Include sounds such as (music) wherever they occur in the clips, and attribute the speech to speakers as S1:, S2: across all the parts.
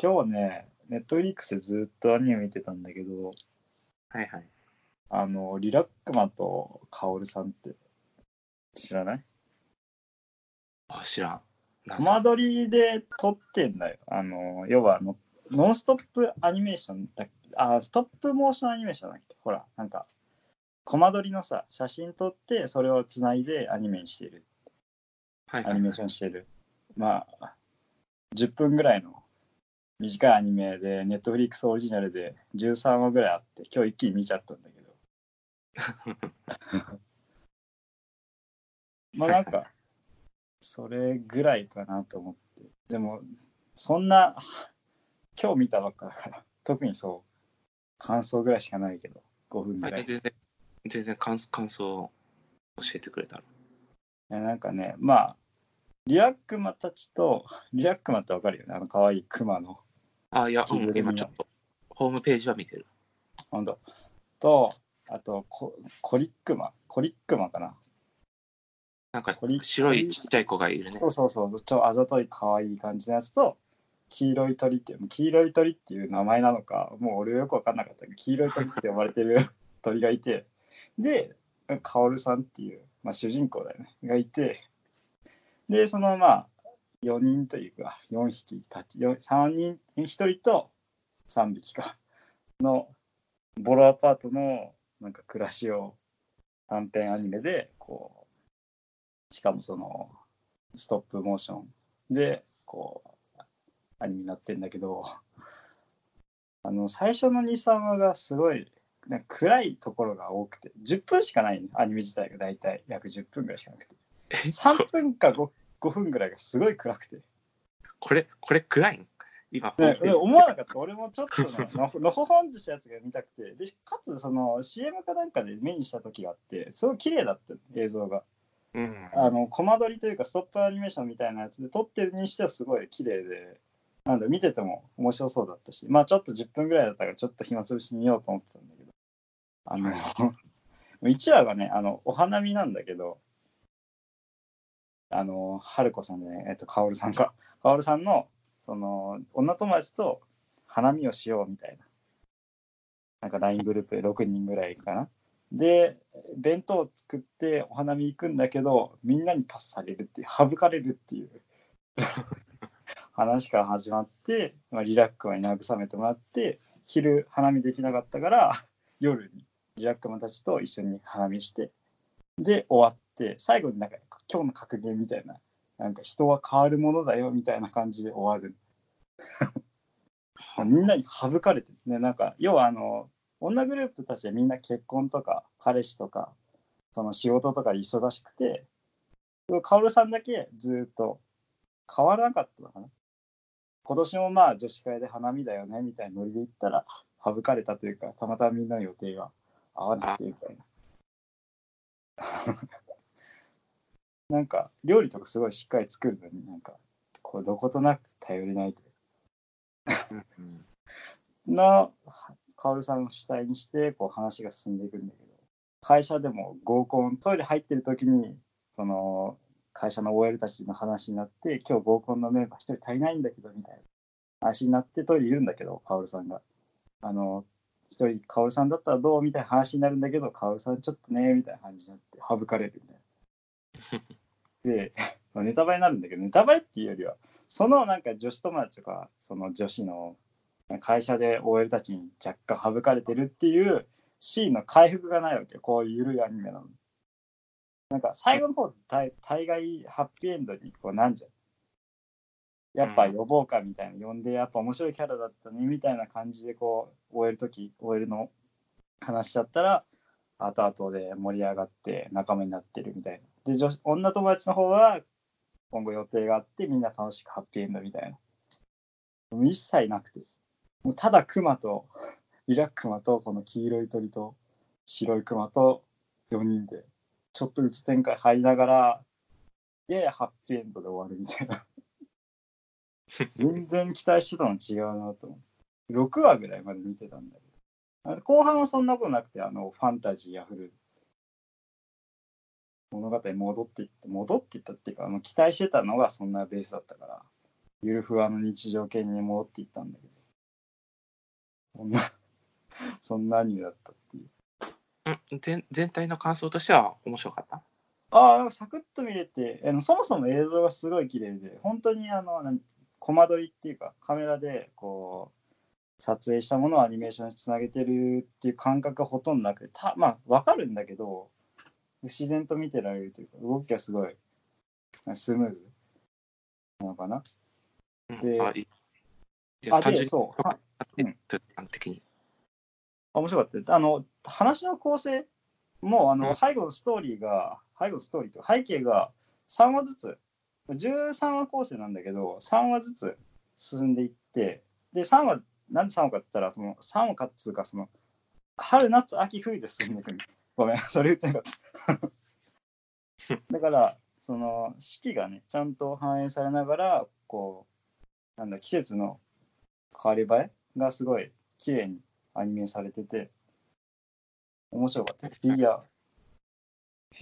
S1: 今日ね、ネットフリックスでずっとアニメ見てたんだけど、
S2: はいはい。
S1: あの、リラックマとカオルさんって知らない
S2: あ、知らん。
S1: コマ撮りで撮ってんだよ。あの、要はあの、ノンストップアニメーションだっけあ、ストップモーションアニメーションだっけほら、なんか、コマ撮りのさ、写真撮って、それをつないでアニメにしてる。
S2: はいは
S1: ア
S2: い
S1: ニメーションしてる。まあ、10分ぐらいの短いアニメで、ネットフリックスオリジナルで13話ぐらいあって、今日一気に見ちゃったんだけど。
S2: (laughs)
S1: まあなんか、それぐらいかなと思って。でも、そんな、今日見たばっかだから、特にそう、感想ぐらいしかないけど、5分ぐら
S2: はいい。。全然、全然感想感想を教えてくれたら。
S1: いやなんかね、まあ、リラックマたちと、リラックマってわかるよね、あの可愛いクマの、
S2: あ、いや、う
S1: 自分
S2: ん、
S1: の
S2: 今ちょっと、ホームページは見てる。
S1: ほんと。と、あとコ、コリックマ、コリックマかな。
S2: なんか
S1: これ、
S2: 白いちっちゃい子がいるね
S1: そ。うそうそう、ちょあざとい可愛い感じのやつと、黄色い鳥っていう、黄色い鳥っていう名前なのか、もう俺よくわかんなかったけど、黄色い鳥って呼ばれてる (laughs) 鳥がいて、で、カオルさんっていう、まあ、主人公だよね、がいて、で、そのまあ、4人というか、4匹たち、よ3人、1人と3匹か、のボロアパートのなんか暮らしを短編アニメで、こう、しかもその、ストップモーションで、こう、アニメになってんだけど、 (laughs) あの、最初の2、3話がすごい、なんか暗いところが多くて、10分しかないね、アニメ自体が大体約10分ぐらいしかなくて、3分か 5, 5分ぐらいがすごい暗くて、
S2: これ、これ暗いん今、ホーム
S1: ね
S2: ページ
S1: 俺思わなかった、俺もちょっとねののほほんとしたやつが見たくて、でかつ、その CM かなんかで目にした時があって、すごい綺麗だったの、映像が。
S2: うん。
S1: あの、コマ撮りというか、ストップアニメーションみたいなやつで撮ってるにしてはすごい綺麗で、なんだ、見てても面白そうだったし、まあちょっと10分ぐらいだったから、ちょっと暇つぶしに見ようと思ってたんだけど、あの、1話が (laughs) ね、あの、お花見なんだけど、あの、春子さんじゃない、えっと、かおる (laughs) さんが、かおるさんの、その、女友達と花見をしようみたいな、なんか LINE グループ6人ぐらいかな。で、弁当を作ってお花見行くんだけど、みんなにパスされるっていう、省かれるっていう話から始まって、まあ、リラックマに慰めてもらって、昼花見できなかったから、夜にリラックマたちと一緒に花見して、で、終わって、最後になんか今日の格言みたいな、なんか人は変わるものだよみたいな感じで終わる。みんなに省かれてるね、なんか、要はあの、女グループたちはみんな結婚とか彼氏とかその仕事とかで忙しくてカオルさんだけずっと変わらなかったのかな今年もまあ女子会で花見だよねみたいなノリで行ったら省かれたというかたまたまみんなの予定が合わなくてみたいな (laughs) なんか料理とかすごいしっかり作るのになんかこうどことなく頼れないというか
S2: うんうん
S1: なカオルさんを主体にしてこう話が進んでいくんだけど会社でも合コントイレ入ってる時にその会社の OL たちの話になって今日合コンのメンバー一人足りないんだけどみたいな話になってトイレいるんだけどカオルさんがあの一人カオルさんだったらどうみたいな話になるんだけどカオルさんちょっとねみたいな感じになって省かれるみたいなでまあネタバレになるんだけどネタバレっていうよりはそのなんか女子友達とかその女子の会社で OL たちに若干省かれてるっていうシーンの回復がないわけよ、こういう緩いアニメなのに。なんか最後の方大大概ハッピーエンドにこうなんじゃん。やっぱ呼ぼうかみたいな、呼んでやっぱ面白いキャラだったねみたいな感じでこう OL 時 OL の話しちゃったら後々で盛り上がって仲間になってるみたいな。で女子女友達の方は今後予定があってみんな楽しくハッピーエンドみたいな。でも一切なくて。もうただクマと、 (laughs) リラックマと、この黄色い鳥と、白いクマと4人で、ちょっとうつ展開入りながら、ややハッピーエンドで終わるみたいな。全然期待してたの違うなと思う。6話ぐらいまで見てたんだけど。あ後半はそんなことなくて、あの、ファンタジーあふれる物語に戻っていって、戻っていったっていうか、あの期待してたのがそんなベースだったから、ゆるふわの日常系に戻っていったんだけど、そんな、そんなアニメだったっていう。
S2: うん、全全体の感想としては面白かった。
S1: ああ、なんかサクッと見れて、あのそもそも映像がすごい綺麗で、本当にあの、何コマ撮りっていうか、カメラでこう、撮影したものをアニメーションにつなげてるっていう感覚がほとんどなくて、たまあ、わかるんだけど、自然と見てられるというか、動きがすごい、スムーズなのかな。
S2: うん
S1: で
S2: あいいいや
S1: あ、
S2: 単
S1: で、
S2: 純に
S1: そう、はうん
S2: ちょっと端的に。
S1: あ面白かったよあの話の構成もあ
S2: う
S1: の
S2: ん
S1: 背後のストーリーが背後のストーリーというか背景が3話ずつ13話構成なんだけど3話ずつ進んでいってで3話なんで3話かって言ったらその3話かっつうかその春夏秋冬で進んでいくの (laughs) ごめんそれ言ってなかった (laughs) だからその四季がねちゃんと反映されながらこうなんだ季節の変わり映えがすごい綺麗にアニメされてて、面白かったよ。フィギュア、フ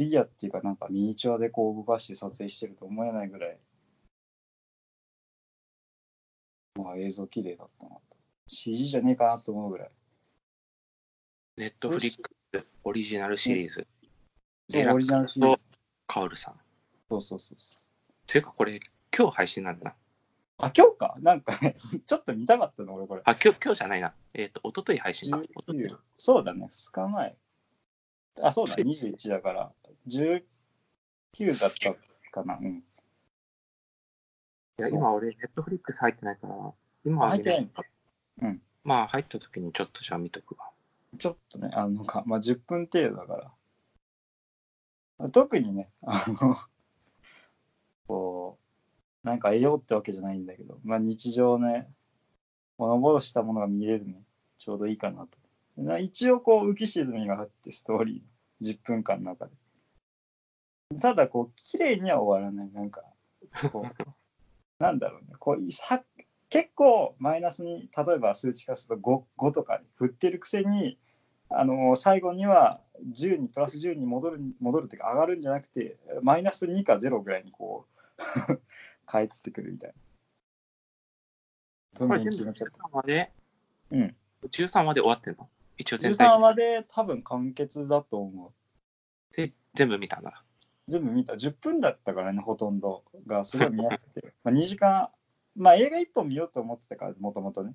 S1: ィギュアっていうか、なんかミニチュアでこう動かして撮影してると思えないぐらい、まあ映像綺麗だったなと。CG じゃねえかなと思うぐらい。
S2: ネットフリックスオリジナルシリーズ、
S1: そ
S2: デ
S1: う、
S2: ラ
S1: オ
S2: ッ
S1: リ
S2: ク
S1: ジ
S2: ス
S1: ナルシリーズ。
S2: カオルさん。
S1: そうそうそうそう。
S2: というか、これ、今日配信なんだな。
S1: あ、今日かなんかね、 (laughs) ちょっと見たかったの、俺これ。
S2: あ、今日、今日じゃないな。えっ、と、一昨日配信か。一昨日
S1: 19そうだね、2日前。あ、そうだ、21だから、19だったかな。うん。
S2: いや、
S1: そう
S2: 今俺、ネットフリックス入ってないから、今は
S1: 入っ
S2: 見
S1: て
S2: れ
S1: な
S2: ないい
S1: のかうん。
S2: まあ、入った時にちょっとじゃあ見とくわ。
S1: ちょっとね、あのなんか、まあ、10分程度だから。特にね、あの、こう、なんか得ようってわけじゃないんだけど、まあ、日常ね、ほのぼのしたものが見れるね、ちょうどいいかなと。な一応、こう、浮き沈みがあって、ストーリー、10分間の中で。ただ、こう、綺麗には終わらない、なんか、こう、なんだろうね、こう、いさ結構マイナスに例えば数値化すると 5, 5とかに振ってるくせにあの最後には10にプラス10に戻る戻るっていうか上がるんじゃなくてマイナス2か0ぐらいにこう (laughs) 返ってくるみたいな。どんどん気持ち悪い
S2: これ全部13話で、
S1: うん、
S2: 13話で終わってんの一応全体
S1: 13まで多分完結だと思う。
S2: で全部見たんだ。
S1: 全部見た10分だったからねほとんどがすごい見やすくてまあ2時間まあ映画1本見ようと思ってたからもともとね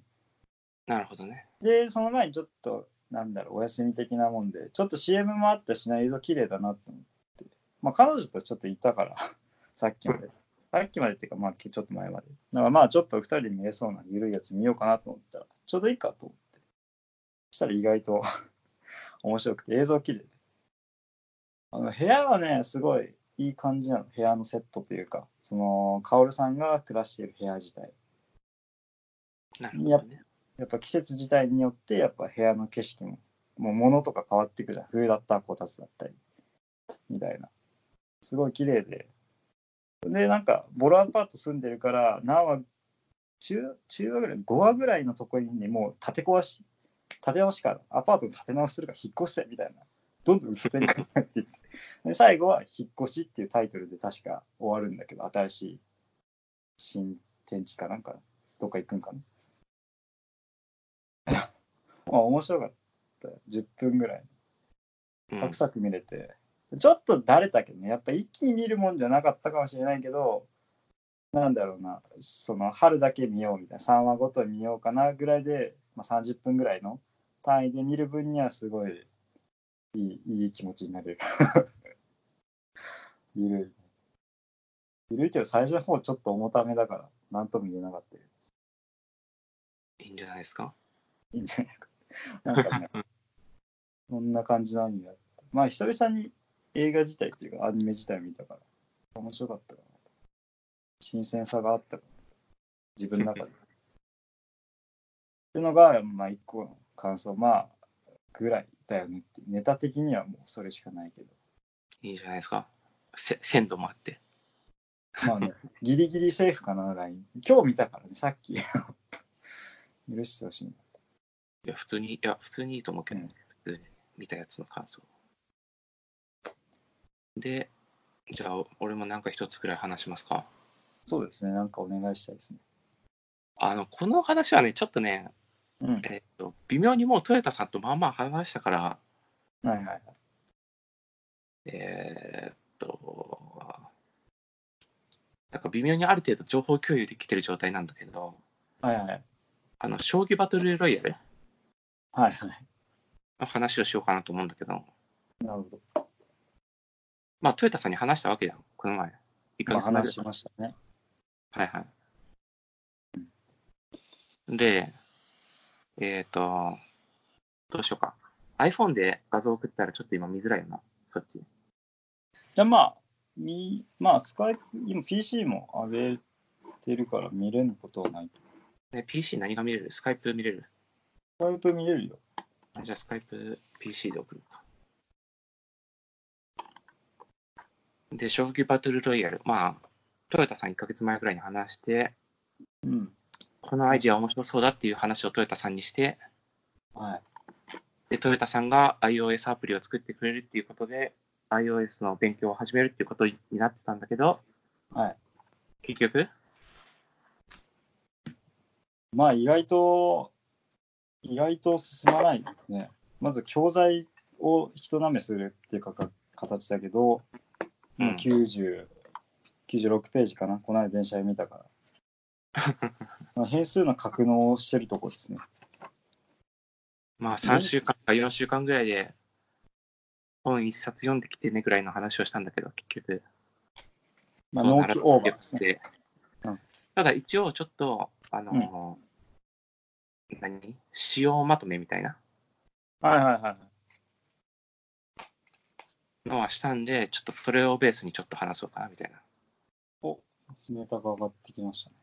S2: なるほどね。
S1: で、その前にちょっと、なんだろう、お休み的なもんで、ちょっと CM もあったしな、映像綺麗だなと思って。まあ、彼女とちょっといたから、 (laughs) さっきまで。さっきまでっていうか、まあ、ちょっと前まで。だからまあ、ちょっと二人で見れそうな緩いやつ見ようかなと思ったら、ちょうどいいかと思って。そしたら意外と (laughs) 面白くて、映像綺麗で。あの、部屋がね、すごいいい感じなの。部屋のセットというか、その、カオルさんが暮らしている部屋自体。
S2: なるほどね。
S1: やっぱ季節自体によってやっぱ部屋の景色ももう物とか変わっていくじゃん冬だったらこたつだったりみたいなすごい綺麗ででなんかボロアパート住んでるから何話中中話ぐらい5話ぐらいのところにもう建て壊し建て直しからアパートの建て直しするから引っ越せみたいなどんどん移っていくって言ってで最後は「引っ越し」っていうタイトルで確か終わるんだけど新しい新天地かなんかどっか行くんかなまあ面白かったよ。10分ぐらい。
S2: うん
S1: サクサク見れて。ちょっとだれたけどね、やっぱ一気に見るもんじゃなかったかもしれないけど、なんだろうな、その春だけ見ようみたいな、3話ごとに見ようかなぐらいで、まあ、30分ぐらいの単位で見る分にはすごいいいいい気持ちになれる。 (laughs) ゆるい。ゆるいけど最初の方ちょっと重ためだから、なんとも言えなかったけど、
S2: いいんじゃないですか。
S1: (laughs) いいんじゃないか。なんかね、そんな感じのアニメだった。まあ、久々に映画自体っていうか、アニメ自体を見たから、面白かったかな。新鮮さがあったから、自分の中で。っていうのが、まあ、一個の感想、まあ、ぐらいだよねっていう。ネタ的にはもうそれしかないけど。
S2: いいじゃないですか。せ鮮度もあって。
S1: まあね、ギリギリセーフかな、ライン。今日見たからね、さっき。許してほしい。
S2: いや、普通に、いや、普通にいいと思うけど、ね普通に見たやつの感想。で、じゃあ、俺もなんか一つくらい話しますか。
S1: そうですね、なんかお願いしたいですね。
S2: あの、この話はね、ちょっとね、
S1: うん。
S2: えっと、微妙にもうトヨタさんとまあまあ話したから、
S1: はいはいはい。
S2: えーっと、なんか微妙にある程度情報共有できてる状態なんだけど、
S1: はいはい。
S2: あの、将棋バトルロイヤル
S1: はいはい。
S2: の話をしようかなと思うんだけど、
S1: なるほど。
S2: まあ、トヨタさんに話したわけじゃん、この前。1ヶ
S1: まあ、
S2: 月前
S1: 話しましたね。
S2: はいはい。で、えっ、と、どうしようか。iPhone で画像送ったらちょっと今見づらいよな、そっち。
S1: いや、まあ、みまあ、スカイプ、今 PC も上げてるから見れることはない。
S2: ね、PC 何が見れるスカイプ見れる
S1: スカイプ見れるよ。
S2: あじゃあスカイプ PC で送るか。で、将棋バトルロイヤル。まあ、トヨタさん1ヶ月前ぐらいに話して、
S1: うん。
S2: このアイディア面白そうだっていう話をトヨタさんにして、
S1: はい。
S2: で、トヨタさんが iOS アプリを作ってくれるっていうことで、iOS の勉強を始めるっていうことになってたんだけど、
S1: はい。
S2: 結局、
S1: まあ、意外と、意外と進まないですね。まず、教材を人なめするっていうかか形だけど、
S2: う、
S1: もうん90、96ページかな。この間電車で見た (laughs) から。変数の格納をしてるとこですね。
S2: まあ3週間か4週間ぐらいで、本1冊読んできてねぐらいの話をしたんだけど、結局、
S1: まあ、
S2: そう
S1: 納
S2: なら
S1: 期オーバーですね。
S2: で
S1: うん
S2: ただ一応ちょっと、あのー何使用まとめみたいな
S1: はいはいはいはい。
S2: のはしたんで、ちょっとそれをベースにちょっと話そうかなみたいな。
S1: ネタが上がってきましたね。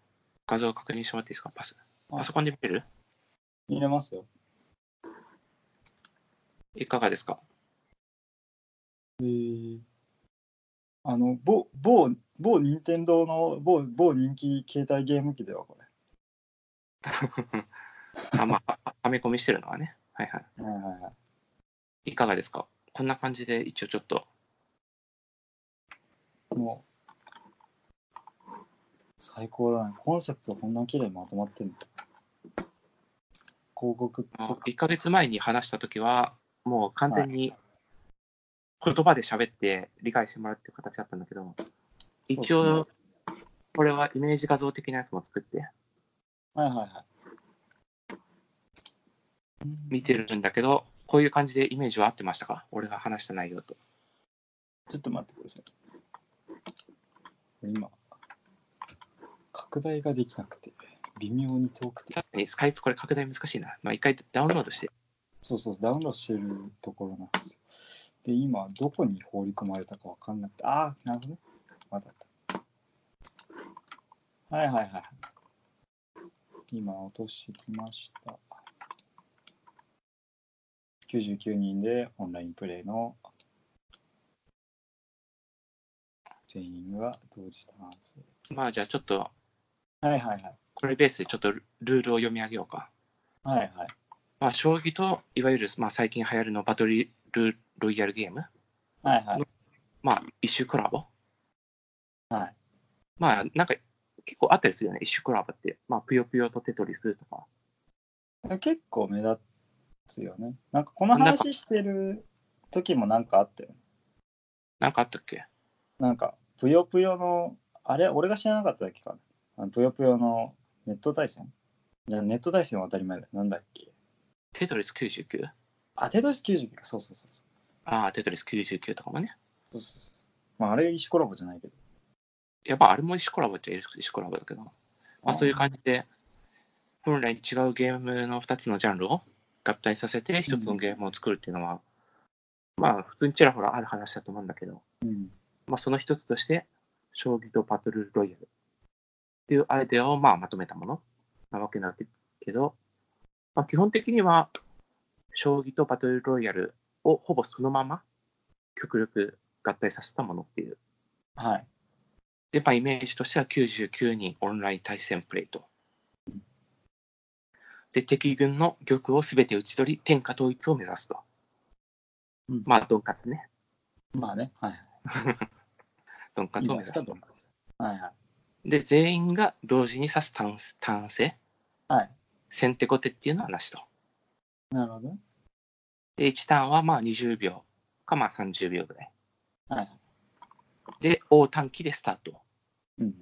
S2: 画像確認してもらっていいですかパス。
S1: はい
S2: パソコンで見れる
S1: 入れますよ。
S2: いかがで
S1: (laughs)
S2: すか
S1: えーあの、某、某、某任天堂の某、某人気携帯ゲーム機では、こ
S2: あ、まあ、はめ込みしてるのはね。はいは
S1: れ。はいはいはい。
S2: い。いかがですかこんな感じで一応ちょっと、
S1: もう、最高だね。コンセプトこんな綺麗にまとまってんの。広告っぽく。
S2: 1ヶ月前に話したときは、もう完全に言葉で喋って理解してもらうっていう形だったんだけど、一
S1: そう
S2: 応、これはイメージ画像的なやつも作って
S1: はいはいはい。
S2: 見てるんだけど、こういう感じでイメージは合ってましたか俺が話した内容と。
S1: ちょっと待ってください。今、拡大ができなくて、微妙に遠くて。
S2: 確かにスカイプこれ拡大難しいな。まあ一回ダウンロードして。
S1: そうそう、ダウンロードしてるところなんですよ。で、今、どこに放り込まれたかわかんなくて、ああ、なるほどね。まだあった。はいはいはい。今、落としてきました。99人でオンラインプレイの全員が同時多発
S2: まあじゃあちょっと、
S1: はいはいはい。
S2: これベースでちょっとルルールを読み上げようか。
S1: はいはい。
S2: まあ将棋と、いわゆる、まあ、最近流行るのバトルルロイヤルゲーム。
S1: はいはい。
S2: まあ一周コラボ。
S1: はい。
S2: まあ、なんか、結構あったりするよね、一種コラボって。まあ、ぷよぷよとテトリスとか。
S1: 結構目立つよね。なんかこの話してる時もなんかあったよね。
S2: なんかあったっけ
S1: なんか、ぷよぷよの、あれ、俺が知らなかっただけかな。あのぷよぷよのネット対戦じゃあネット対戦は当たり前だよ。なんだっけ。
S2: テトリス 99?
S1: あ、テトリス99か。そうそうそうそう。
S2: ああ、テトリス99とかもね。
S1: そうそうそうまあ、あれ、石コラボじゃないけど。
S2: いや、まあ、あれも一種コラボっちゃ一種コラボだけど。まあ、そういう感じで、本来違うゲームの2つのジャンルを合体させて、1つのゲームを作るっていうのは、まあ、普通にちらほらある話だと思うんだけど、
S1: うん。
S2: まあ、その1つとして、将棋とバトルロイヤルっていうアイデアをまあまとめたものなわけなんだけど、まあ、基本的には、将棋とバトルロイヤルをほぼそのまま極力合体させたものっていう。
S1: はい。
S2: で、まあ、イメージとしては99人オンライン対戦プレイと。で、敵軍の玉をすべて打ち取り、天下統一を目指すと。
S1: うん
S2: まあ、ドンカツね。
S1: まあね。はいはい。
S2: ドンカ
S1: いい
S2: ツ
S1: じ
S2: を
S1: ゃないで
S2: 目指
S1: すか
S2: す
S1: ど
S2: と
S1: う。かはいはい。
S2: で、全員が同時に指す単単性
S1: はい。
S2: 先手後手っていうのはなしと。
S1: なるほどね。
S2: で、1ターンはまあ20秒かまあ30秒ぐらい。
S1: はい。
S2: で、大短期でスタート。
S1: うん。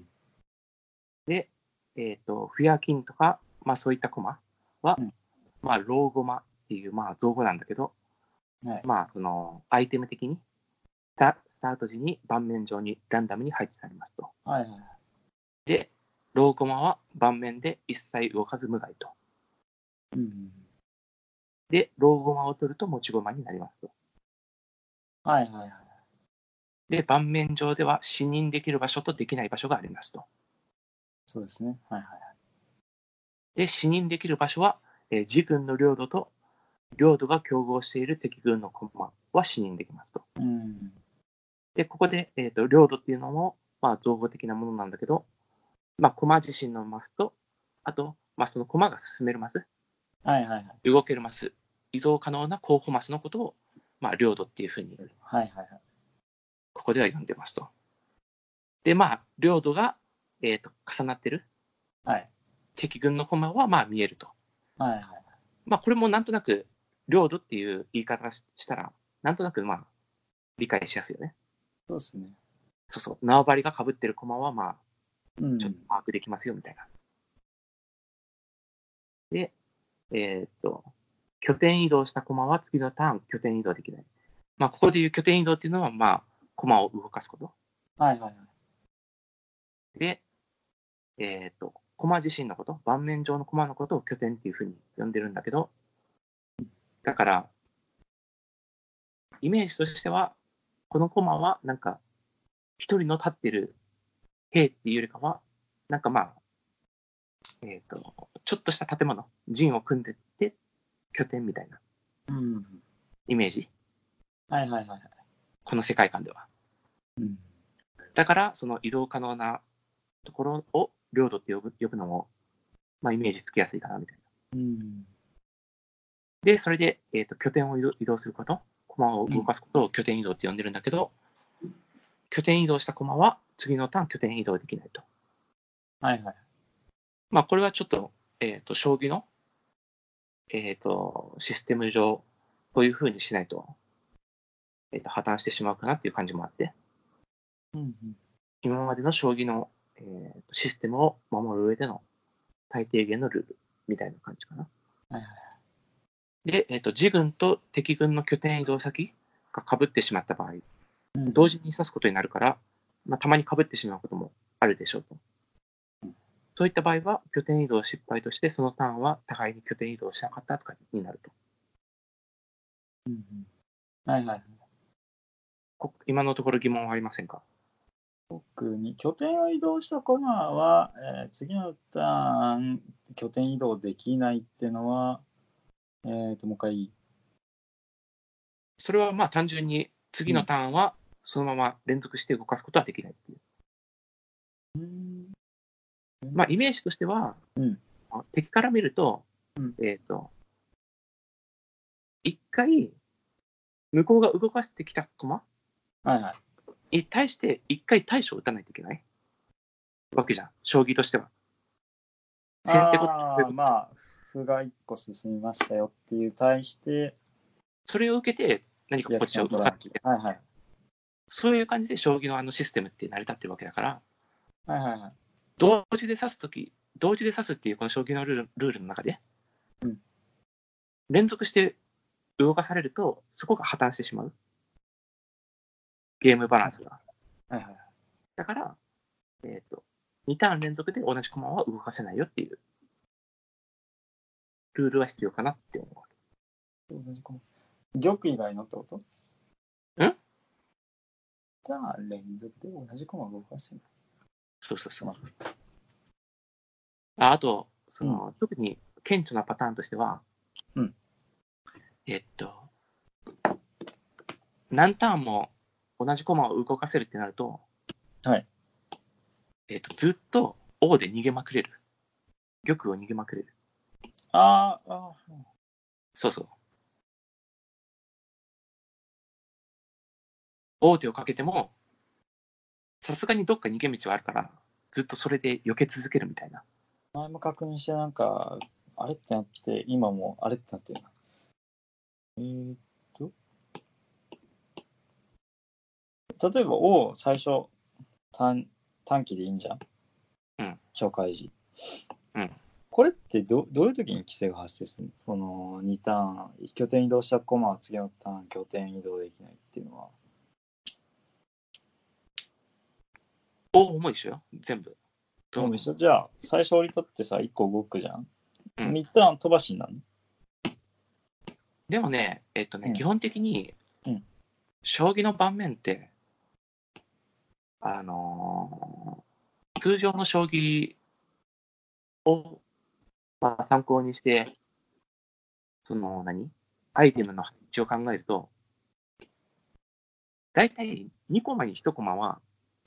S2: で、えっ、と、フィアキンとか、まあそういったコマは、
S1: うん
S2: まあローゴマっていう、まあ造語なんだけど、
S1: はい。
S2: まあそのアイテム的に、スタスタート時に盤面上にランダムに配置されますと。
S1: はいはい。
S2: で、ローゴマは盤面で一切動かず無害と。
S1: うん。
S2: で、ローゴマを取ると持ち駒になりますと。
S1: はいはいはい。
S2: で、盤面上では視認できる場所とできない場所がありますと。
S1: そうですね。はいはい。
S2: で、視認できる場所は、えー自軍の領土と領土が競合している敵軍の駒は視認できますと。
S1: うん。
S2: で、ここで、えー、と領土っていうのも、まあ、造語的なものなんだけど、まあ、駒自身のマスと、あと、まあ、その駒が進めるマス、
S1: はいはいはい。
S2: 動けるマス、移動可能な候補マスのことを、まあ、領土っていうふうに、
S1: はいはいはい。
S2: ここでは呼んでますと。で、まあ、領土が、えー、と重なってる
S1: はい。
S2: 敵軍の駒は、まあ、見えると。
S1: はいはい。
S2: まあ、これもなんとなく、領土っていう言い方ししたら、なんとなく、まあ、理解しやすいよね。
S1: そうですね。
S2: そうそう。縄張りが被ってる駒は、まあ、
S1: うん
S2: ちょっと把握できますよみたいな。で、えーっと、拠点移動した駒は次のターン拠点移動できない。まあ、ここでいう拠点移動っていうのは、まあ、駒を動かすこと。
S1: はいはいはい。
S2: で、えーっと、駒自身のこと、盤面上の駒のことを拠点っていうふうに呼んでるんだけど、だから、イメージとしては、この駒は、なんか、一人の立ってる兵っていうよりかは、なんかまあ、えっ、と、ちょっとした建物、陣を組んでって、拠点みたいな
S1: うん。
S2: イメージ、
S1: はいはいはい。
S2: この世界観では。
S1: うん。
S2: だから、その移動可能なところを領土って呼ぶ呼ぶのも、まあ、イメージつきやすいかなみたいな。
S1: うん。
S2: で、それで、えー、と拠点を移動移動すること、駒を動かすことを拠点移動って呼んでるんだけど、拠点移動した駒は次のターン拠点移動できないと。
S1: はいはい。
S2: まあ、これはちょっと、えっ、と、将棋の、えっ、と、システム上、こういうふうにしないと、えっ、と、破綻してしまうかなっていう感じもあって、
S1: うん。
S2: 今までの将棋の、えーとシステムを守る上での最低限のルールみたいな感じかな。
S1: はいはい
S2: で、えっ、と、自軍と敵軍の拠点移動先が被ってしまった場合、
S1: うん
S2: 同時に指すことになるから、まあ、たまに被ってしまうこともあるでしょうと
S1: うん。
S2: そういった場合は、拠点移動失敗として、そのターンは互いに拠点移動しなかった扱いになると。
S1: うん。はいはい。
S2: こ今のところ疑問はありませんか
S1: 特に拠点を移動したコマは、えー次のターン拠点移動できないってのは、えー、ともう一回
S2: それはまあ単純に次のターンはそのまま連続して動かすことはできないっていう。
S1: うん
S2: まあイメージとしては、
S1: うん
S2: あ敵から見ると、
S1: うん
S2: えっ、と、一回向こうが動かしてきた駒
S1: はいはい
S2: に対して一回対処を打たないといけないわけじゃん、将棋としては。先手後手
S1: あ
S2: というこ
S1: ー
S2: と
S1: まあ歩が一個進みましたよっていう対して
S2: それを受けて何かこっちを動かしていけない
S1: はいはい
S2: そういう感じで将棋のあのシステムって成り立ってるわけだから、
S1: はいはいはい
S2: 同時で指すとき、同時で指すっていうこの将棋のルールルールの中で、
S1: うん
S2: 連続して動かされると、そこが破綻してしまう。ゲームバランスが。
S1: はいはい
S2: だから、えっ、と、2ターン連続で同じ駒は動かせないよっていう、ルールは必要かなって思う。
S1: 同じ駒玉以外のってこと
S2: ん
S1: じゃあ連続で同じ駒動かせない
S2: そうそうそう。ああと、その、特に顕著なパターンとしては、
S1: うん
S2: えっと、何ターンも同じ駒を動かせるってなると、
S1: はい。
S2: えっと、ずっと王で逃げまくれる。玉を逃げまくれる。
S1: あーあー
S2: そうそう。王手をかけても、さすがにどっか逃げ道はあるから、ずっとそれで避け続けるみたいな。
S1: 前も確認して、なんか、あれってなって、今もあれってなってるな。えーっと。例えば、O を最初短、短期でいいんじゃん
S2: うん。
S1: 紹介時。
S2: うん。
S1: これってどどういう時に規制が発生するのその2ターン、拠点移動したコマは次のターン、拠点移動できないっていうのは。
S2: おお、もう一緒よ。全部。
S1: どうも一緒じゃあ、最初降り立ってさ、1個動くじゃん。
S2: うん
S1: 2ターン飛ばしになるの
S2: でもね、えっとね、
S1: うん
S2: 基本的に、
S1: うん
S2: 将棋の盤面って、あのー通常の将棋を、まあ、参考にして、その何、アイテムの配置を考えると、大体2コマに1コマは、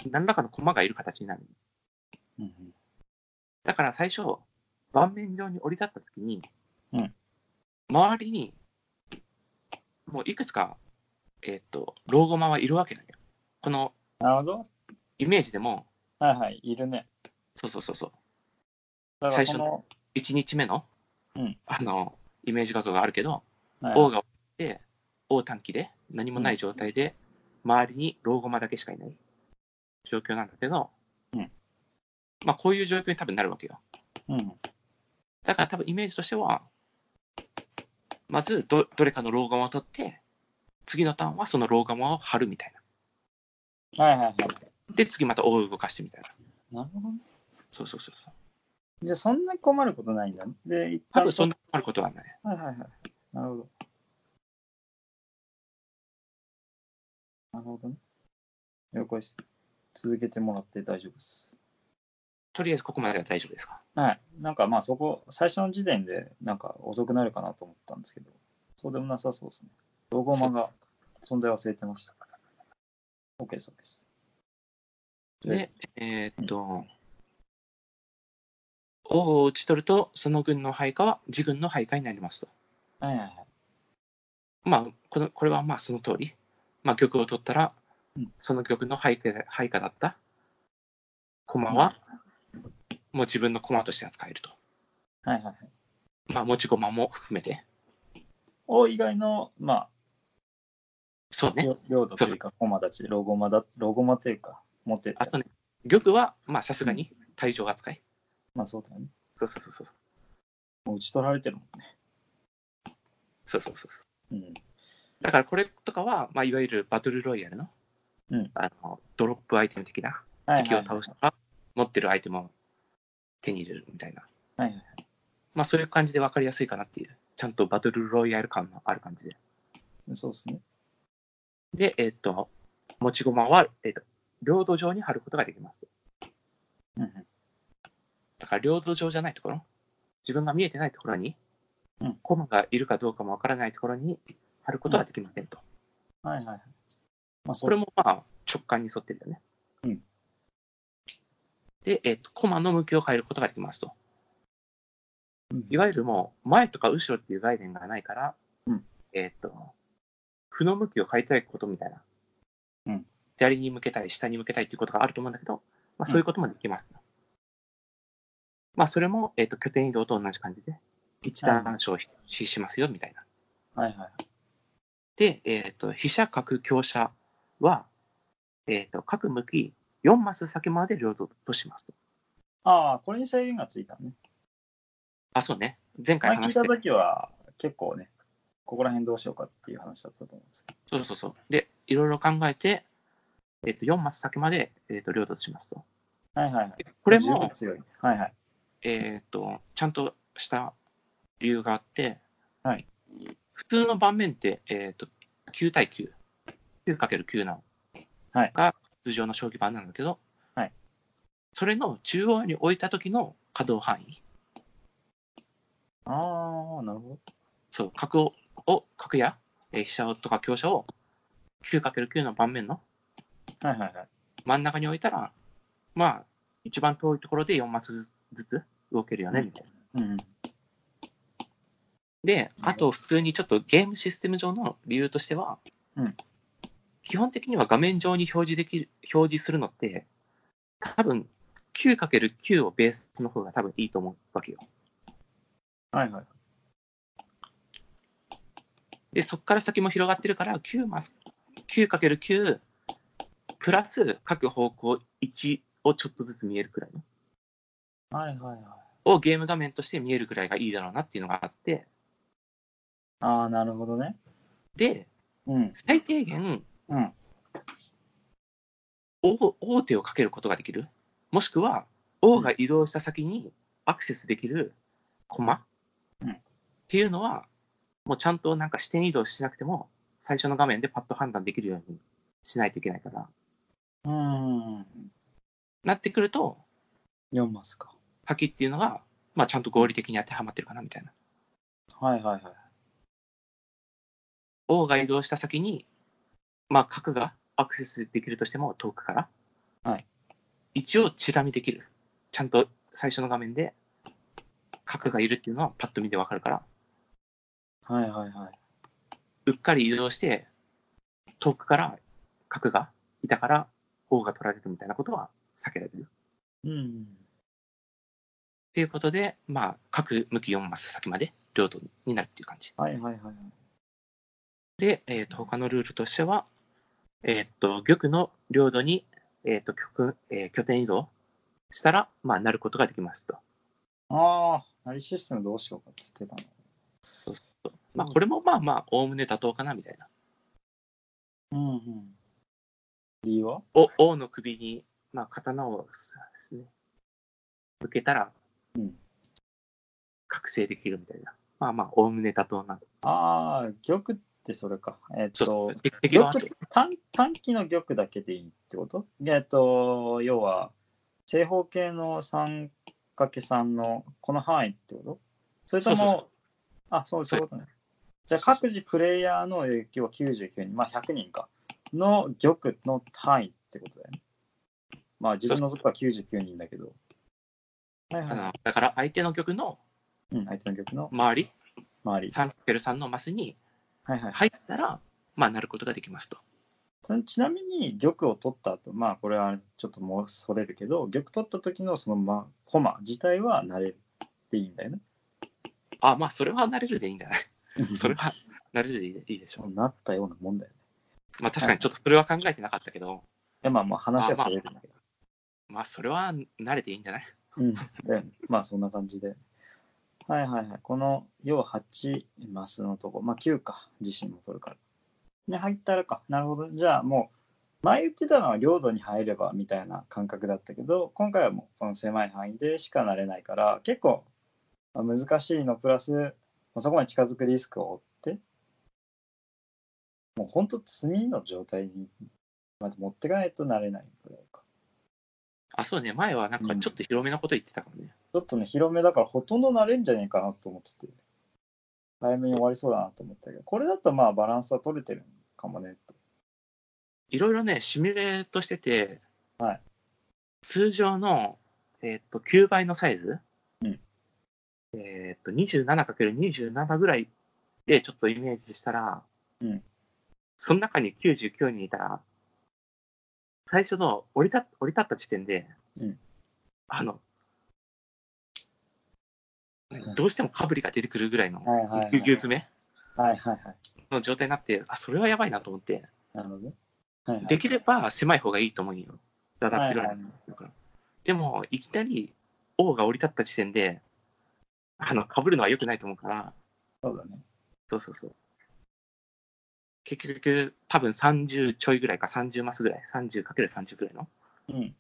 S2: 何らかのコマがいる形になる。
S1: うん
S2: だから最初、盤面上に降り立ったときに、
S1: うん
S2: 周りに、もういくつか、えーっと、老後マはいるわけだよ。この
S1: なるほど。
S2: イメージでも、
S1: はいはい、いるね。
S2: そうそうそうそう、
S1: だから
S2: 最
S1: そ
S2: 初
S1: の、
S2: 1日目の、
S1: うん
S2: あの、イメージ画像があるけど、
S1: はい
S2: O が降りて、O 短期で何もない状態で、周りに老後マだけしかいない状況なんだけど、
S1: うん
S2: まあこういう状況に多分なるわけよ。
S1: うん、
S2: だから多分イメージとしては、まずどどれかの老眼を取って、次のターンはその老眼を貼るみたい
S1: はいはいはい。
S2: な。で、次また O を動かしてみたい
S1: な
S2: な。
S1: るほどね。
S2: そうそうそうそう。
S1: じゃあそんなに困ることないんだね。で、一
S2: 多
S1: 旦
S2: 分そんなあることはない。
S1: はいはいはい。なるほど。なるほどね。了解です。続けてもらって大丈夫です。
S2: とりあえずここまでは大丈夫ですか。
S1: はい。なんかまあそこ、最初の時点でなんか遅くなるかなと思ったんですけど、そうでもなさそうですね。ロゴマが存在忘れてました。OK、そうです。
S2: で、えーっと、O を打ち取ると、その軍の配下は自軍の配下になりますと。
S1: はいはいはい。
S2: まあ、このこれはまあその通り。まあ、玉を取ったら
S1: うん、
S2: その玉の配下配下だった駒は、もう自分の駒として扱えると。
S1: はいはいはい。
S2: まあ、持ち駒も含めて。
S1: O 以外の、まあ、
S2: そうね。
S1: 領領土というか、コマたち、ロゴマだ、ロゴマというか、持ってた
S2: あとね、玉は、まあ、さすがに退場扱い。
S1: まあそうだよね。
S2: そうそうそうそう。
S1: もう打ち取られてるも
S2: そうそうそうそう。
S1: んね。
S2: だから、これとかは、まあ、いわゆるバトルロイヤルの、
S1: うん
S2: あのドロップアイテム的な、
S1: うん。
S2: 敵を倒したら、持ってるアイテムを手に入れるみたいな。
S1: はいはい。
S2: まあ、そういう感じで分かりやすいかなっていう。ちゃんとバトルロイヤル感のある感じで。
S1: そうですね。
S2: で、えっと、持ち駒は、えっと、領土上に貼ることができます。
S1: うんうん。
S2: だから領土上じゃないところ、自分が見えてないところに
S1: うん、
S2: コマがいるかどうかもわからないところに貼ることはできませんと。
S1: はいはいはい。まあそ
S2: これもまあ直感に沿ってるよね。
S1: うん
S2: で、えっと、コマの向きを変えることができますと。
S1: うん
S2: いわゆるもう、前とか後ろっていう概念がないから、
S1: うん
S2: えっと、負の向きを変えたいことみたいな。
S1: うん
S2: 左に向けたり、下に向けたいっていうことがあると思うんだけど、まあ、そういうこともできます。まあ、それも、えっと、拠点移動と同じ感じで、一段消費ししますよ、みたいな。
S1: はいはい。
S2: で、えっ、と、飛車、角、強者は、えっ、と、各向き4マス先まで領土としますと。
S1: ああ、これに制限がついたね。
S2: あ、そうね。前回
S1: 前聞
S2: 話
S1: い
S2: したて。
S1: ときは、結構ね、ここら辺どうしようかっていう話だったと思うんですけ
S2: そうそうそう。で、いろいろ考えて、えっ、と、4マス先まで、えっ、と、領土としますと。
S1: ど。はいはいはい。
S2: これ
S1: 十分
S2: も、
S1: 強い。はいはい。
S2: えっ、と、ちゃんとした理由があって、
S1: はい。
S2: 普通の盤面って、えっ、と、9対9。9×9 なの。
S1: はい
S2: が、通常の将棋盤なんだけど、
S1: はい。
S2: それの中央に置いた時の可動範囲。
S1: ああ、なるほ
S2: そう、角を、を角や、えー飛車とか香車を 9×9 の盤面の
S1: ど。はいはいはい。
S2: 真ん中に置いたら、まあ、一番遠いところで4マスずつ動けるよね、みたいな。
S1: うんうん。
S2: で、あと普通にちょっとゲームシステム上の理由としては、
S1: うん
S2: 基本的には画面上に表示できる、表示するのって、多分 9×9 をベースの方が多分いいと思うわけよ。
S1: はいはい。
S2: で、そこから先も広がってるから、9マス、9×9 プラス各方向1をちょっとずつ見えるくらいの
S1: はいはいはい。
S2: をゲーム画面として見えるくらいがいいだろうなっていうのがあって、
S1: ああ、なるほどね。
S2: で、
S1: うん。
S2: 最低限、
S1: うん。
S2: 王王手をかけることができる、もしくは王が移動した先にアクセスできる駒っ
S1: うん
S2: ていうのは、もうちゃんとなんか視点移動しなくても、最初の画面でパッと判断できるようにしないといけないから、
S1: うん。
S2: なってくると、
S1: 4マスか。
S2: パキっていうのが、まあ、ちゃんと合理的に当てはまってるかなみたいな。
S1: はいはいはい。
S2: 王が移動した先に、まあ、角がアクセスできるとしても遠くから、
S1: はい
S2: 一応チラ見できる。ちゃんと最初の画面で角がいるっていうのはパッと見てわかるから、
S1: はいはいは
S2: うっかり移動して、遠くから角がいたから王が取られるみたいなことは避けられる。
S1: い。うん。
S2: ということで、まあ、角向き4マス先まで領土になるっていう感じ。
S1: はいはいはいはい。
S2: で、えーと他のルールとしては、えー、と玉の領土に、えーと拠えー拠点移動したら、まあ、なることができますと。
S1: ああ、なりシステムどうしようかって言ってた
S2: まあ、これもまあまあ、おおむね妥当かなみたいな。
S1: の。うんうん。理由は
S2: お王の首に、まあ、刀を、ね、受けたら
S1: うん、
S2: 覚醒できるみたいな。まあまあ、おおむね妥当な。
S1: ああ、玉ってそれか。えっ
S2: そ
S1: と
S2: う、、敵敵
S1: 玉
S2: の後に
S1: 短短期の玉だけでいいってことえっと、要は、正方形の 3×3 のこの範囲ってことそれとも、
S2: そうそうそ
S1: あ、そうそういうことね。じゃあ、各自プレイヤーの影響は99人、まあ100人か、の玉の単位ってことだよね。まあ、自分の玉は99人だけど。はい
S2: あ
S1: はいは
S2: のだから相手の玉の
S1: い。うん、相手の玉の
S2: 周り、
S1: 周り。
S2: 3×3 のマスに
S1: はいはい。
S2: 入ったら、まあ、なることができますと。
S1: そのちなみに玉を取った後、まあこれはちょっともうそれるけど、玉取った時のそのまコマ自体は慣れるっていいんだよね。
S2: あ、まあ、それは慣れるでいいんじゃないそれ
S1: は
S2: は慣れるでいいでいいでしょう。
S1: (laughs) なったようなもんだよね。
S2: まあ、確かにちょっとそれは考えてなかったけど、
S1: えまあまあ話はそれるんだけど。
S2: まあ、それは慣れていいんじゃない
S1: うん、だよねまあそんな感じで。はいはいはい。この要は8マスのとこ、まあ9か、自身も取るから。ね、入ったらか。なるほど。じゃあもう、前言ってたのは領土に入ればみたいな感覚だったけど、今回はもうこの狭い範囲でしかなれないから、結構まあ難しいのプラス、まあそこまで近づくリスクを負って、もう本当罪の状態にまず持ってかないとなれないくらいか。
S2: あ、そうね、前はなんかちょっと広めのこと言ってたからね。
S1: ちょっとね、広めだからほとんど慣れんじゃねえかなと思ってて、早めに終わりそうだなと思ったけど、これだとまあバランスは取れてるかもねって。
S2: いろいろね、シミュレートしてて、
S1: はい
S2: 通常の、えーっと9倍のサイズ、
S1: うん
S2: えーっと 27×27 ぐらいでちょっとイメージしたら、
S1: うん
S2: その中に99人いたら、最初の折り立っ降り立った時点で、
S1: うん
S2: あの、どうしてもかぶりが出てくるぐらいの
S1: はいはいはい
S2: ぎゅうぎゅう詰め
S1: はいはいはい。
S2: の状態になって、あ、それはやばいなと思って、
S1: なるほどね。はいはい、
S2: できれば狭い方がいいと思うんよ。だだっ
S1: はい
S2: て
S1: は
S2: る
S1: い
S2: から。でも、いきなり王が降り立った時点で、あの、被るのは良くないと思うから、
S1: そうだね。
S2: そうそうそう。結局、多分30ちょいぐらいか、30マスぐらい、30×30 ぐらいの
S1: うん。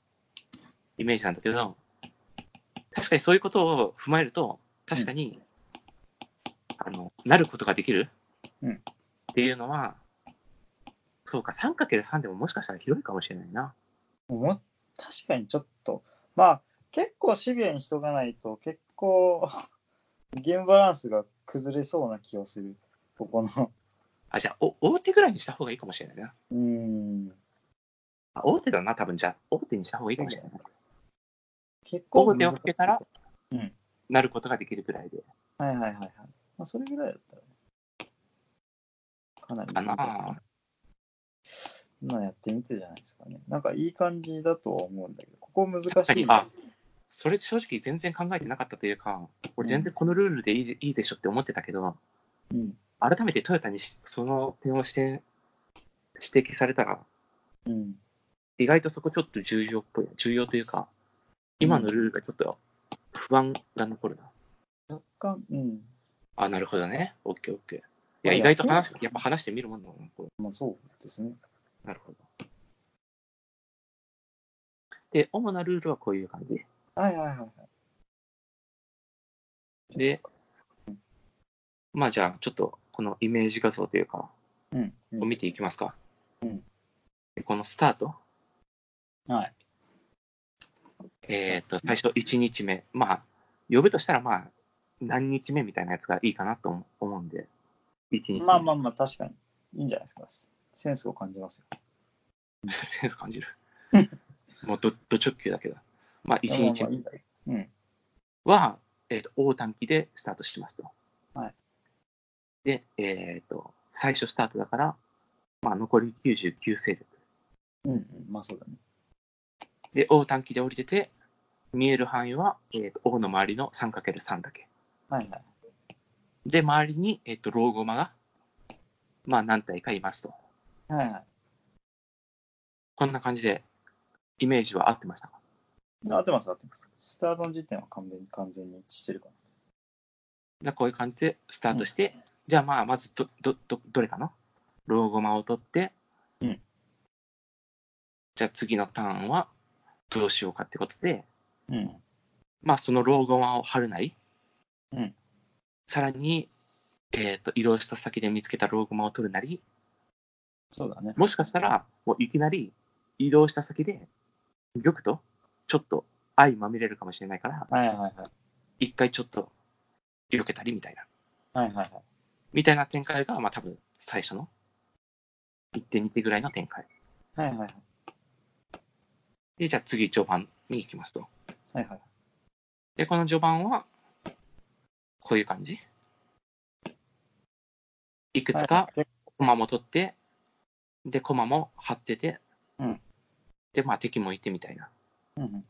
S2: イメージなんだけど、確かにそういうことを踏まえると、確かに、あの、なることができる、
S1: うん
S2: っていうのは、そうか、3×3 でももしかしたら広いかもしれないな。
S1: もう確かにちょっと、まあ結構シビアにしとかないと、結構ゲームバランスが崩れそうな気をする。ここの。
S2: あ、じゃあ、お大手ぐらいにした方がいいかもしれないな。
S1: うーん。
S2: あ大手だな、多分じゃあ、大手にした方がいいかもしれない。
S1: 結構
S2: 大手
S1: 難しい
S2: をかけたら、
S1: うん
S2: なることができるくらいで。
S1: はいはいはいはい。まあ、それぐらいだったら、ね、かなり
S2: かな
S1: 今やってみてじゃないですかね。なんかいい感じだとは思うんだけど、ここ難しい
S2: あそれ正直全然考えてなかったというか、俺全然このルールでいい,、いいでしょって思ってたけど、
S1: うん。
S2: 改めてトヨタにしその点をして指摘されたら、
S1: うん。
S2: 意外とそこちょっと重要っぽい、重要というか、今のルールがちょっと不安が残るな。
S1: 若干、うん。
S2: あ、なるほどね。オッケーオッケー。いや、
S1: いや
S2: 意外と話す、やっぱ話してみるもんだもんな、これ。
S1: まあそうですね。
S2: なるほど。で、主なルールはこういう感じ。
S1: はいはいはいはい。
S2: で、まあじゃあ、ちょっとこのイメージ画像というか、
S1: うん。
S2: を見ていきますか。
S1: うん
S2: でこのスタート、
S1: はい。
S2: えっ、と、最初1日目。まあ、呼ぶとしたら、まあ、何日目みたいなやつがいいかなと思思うんで、1日目。
S1: まあまあまあ、確かに。いいんじゃないですか。センスを感じますよ。
S2: (laughs) センス感じる。もうど、ど直球だけど。ま
S1: まあま
S2: あ、1日
S1: あいい
S2: 目
S1: んだようん。
S2: は、えっ、と、大短期でスタートしますと。
S1: はい。
S2: で、えっ、と、最初スタートだから、まあ、残り99勢力。
S1: うんうん。まあそうだね。
S2: で、大短期で降りてて、見える範囲は、えーと、O の周りの 3×3 だけ。
S1: はいはい。
S2: で、周りに、えー、とローゴマが、まあ、何体かいますと。
S1: はいはい。
S2: こんな感じで、イメージは合ってましたか
S1: 合ってます合ってます。スタートの時点は完全に完全に一致してるか
S2: でこういう感じでスタートして、じゃあまあ、まずど、ど、ど、どれかなローゴマを取って、
S1: うん
S2: じゃあ次のターンは、どうしようかってことで、
S1: な。うん。
S2: まあ、そのローゴマを貼るない。
S1: うん
S2: さらに、えっ、と、移動した先で見つけたローゴマを取るなり、
S1: そうだね。
S2: もしかしたら、もういきなり移動した先で、玉とちょっと相まみれるかもしれないから、
S1: はいはいはい。
S2: 一回ちょっと避けたりみたいな、
S1: はいはいはい。
S2: みたいな展開が、まあ多分最初の1手2手ぐらいの展開。
S1: はいはいはい。
S2: で、じゃあ次序盤に行きますと。
S1: はいはい。
S2: で、この序盤は、こういう感じ。いくつか
S1: はい
S2: 駒も取って、で、駒も張ってて、
S1: うん
S2: で、まあ敵もいてみたいな。
S1: うんうん。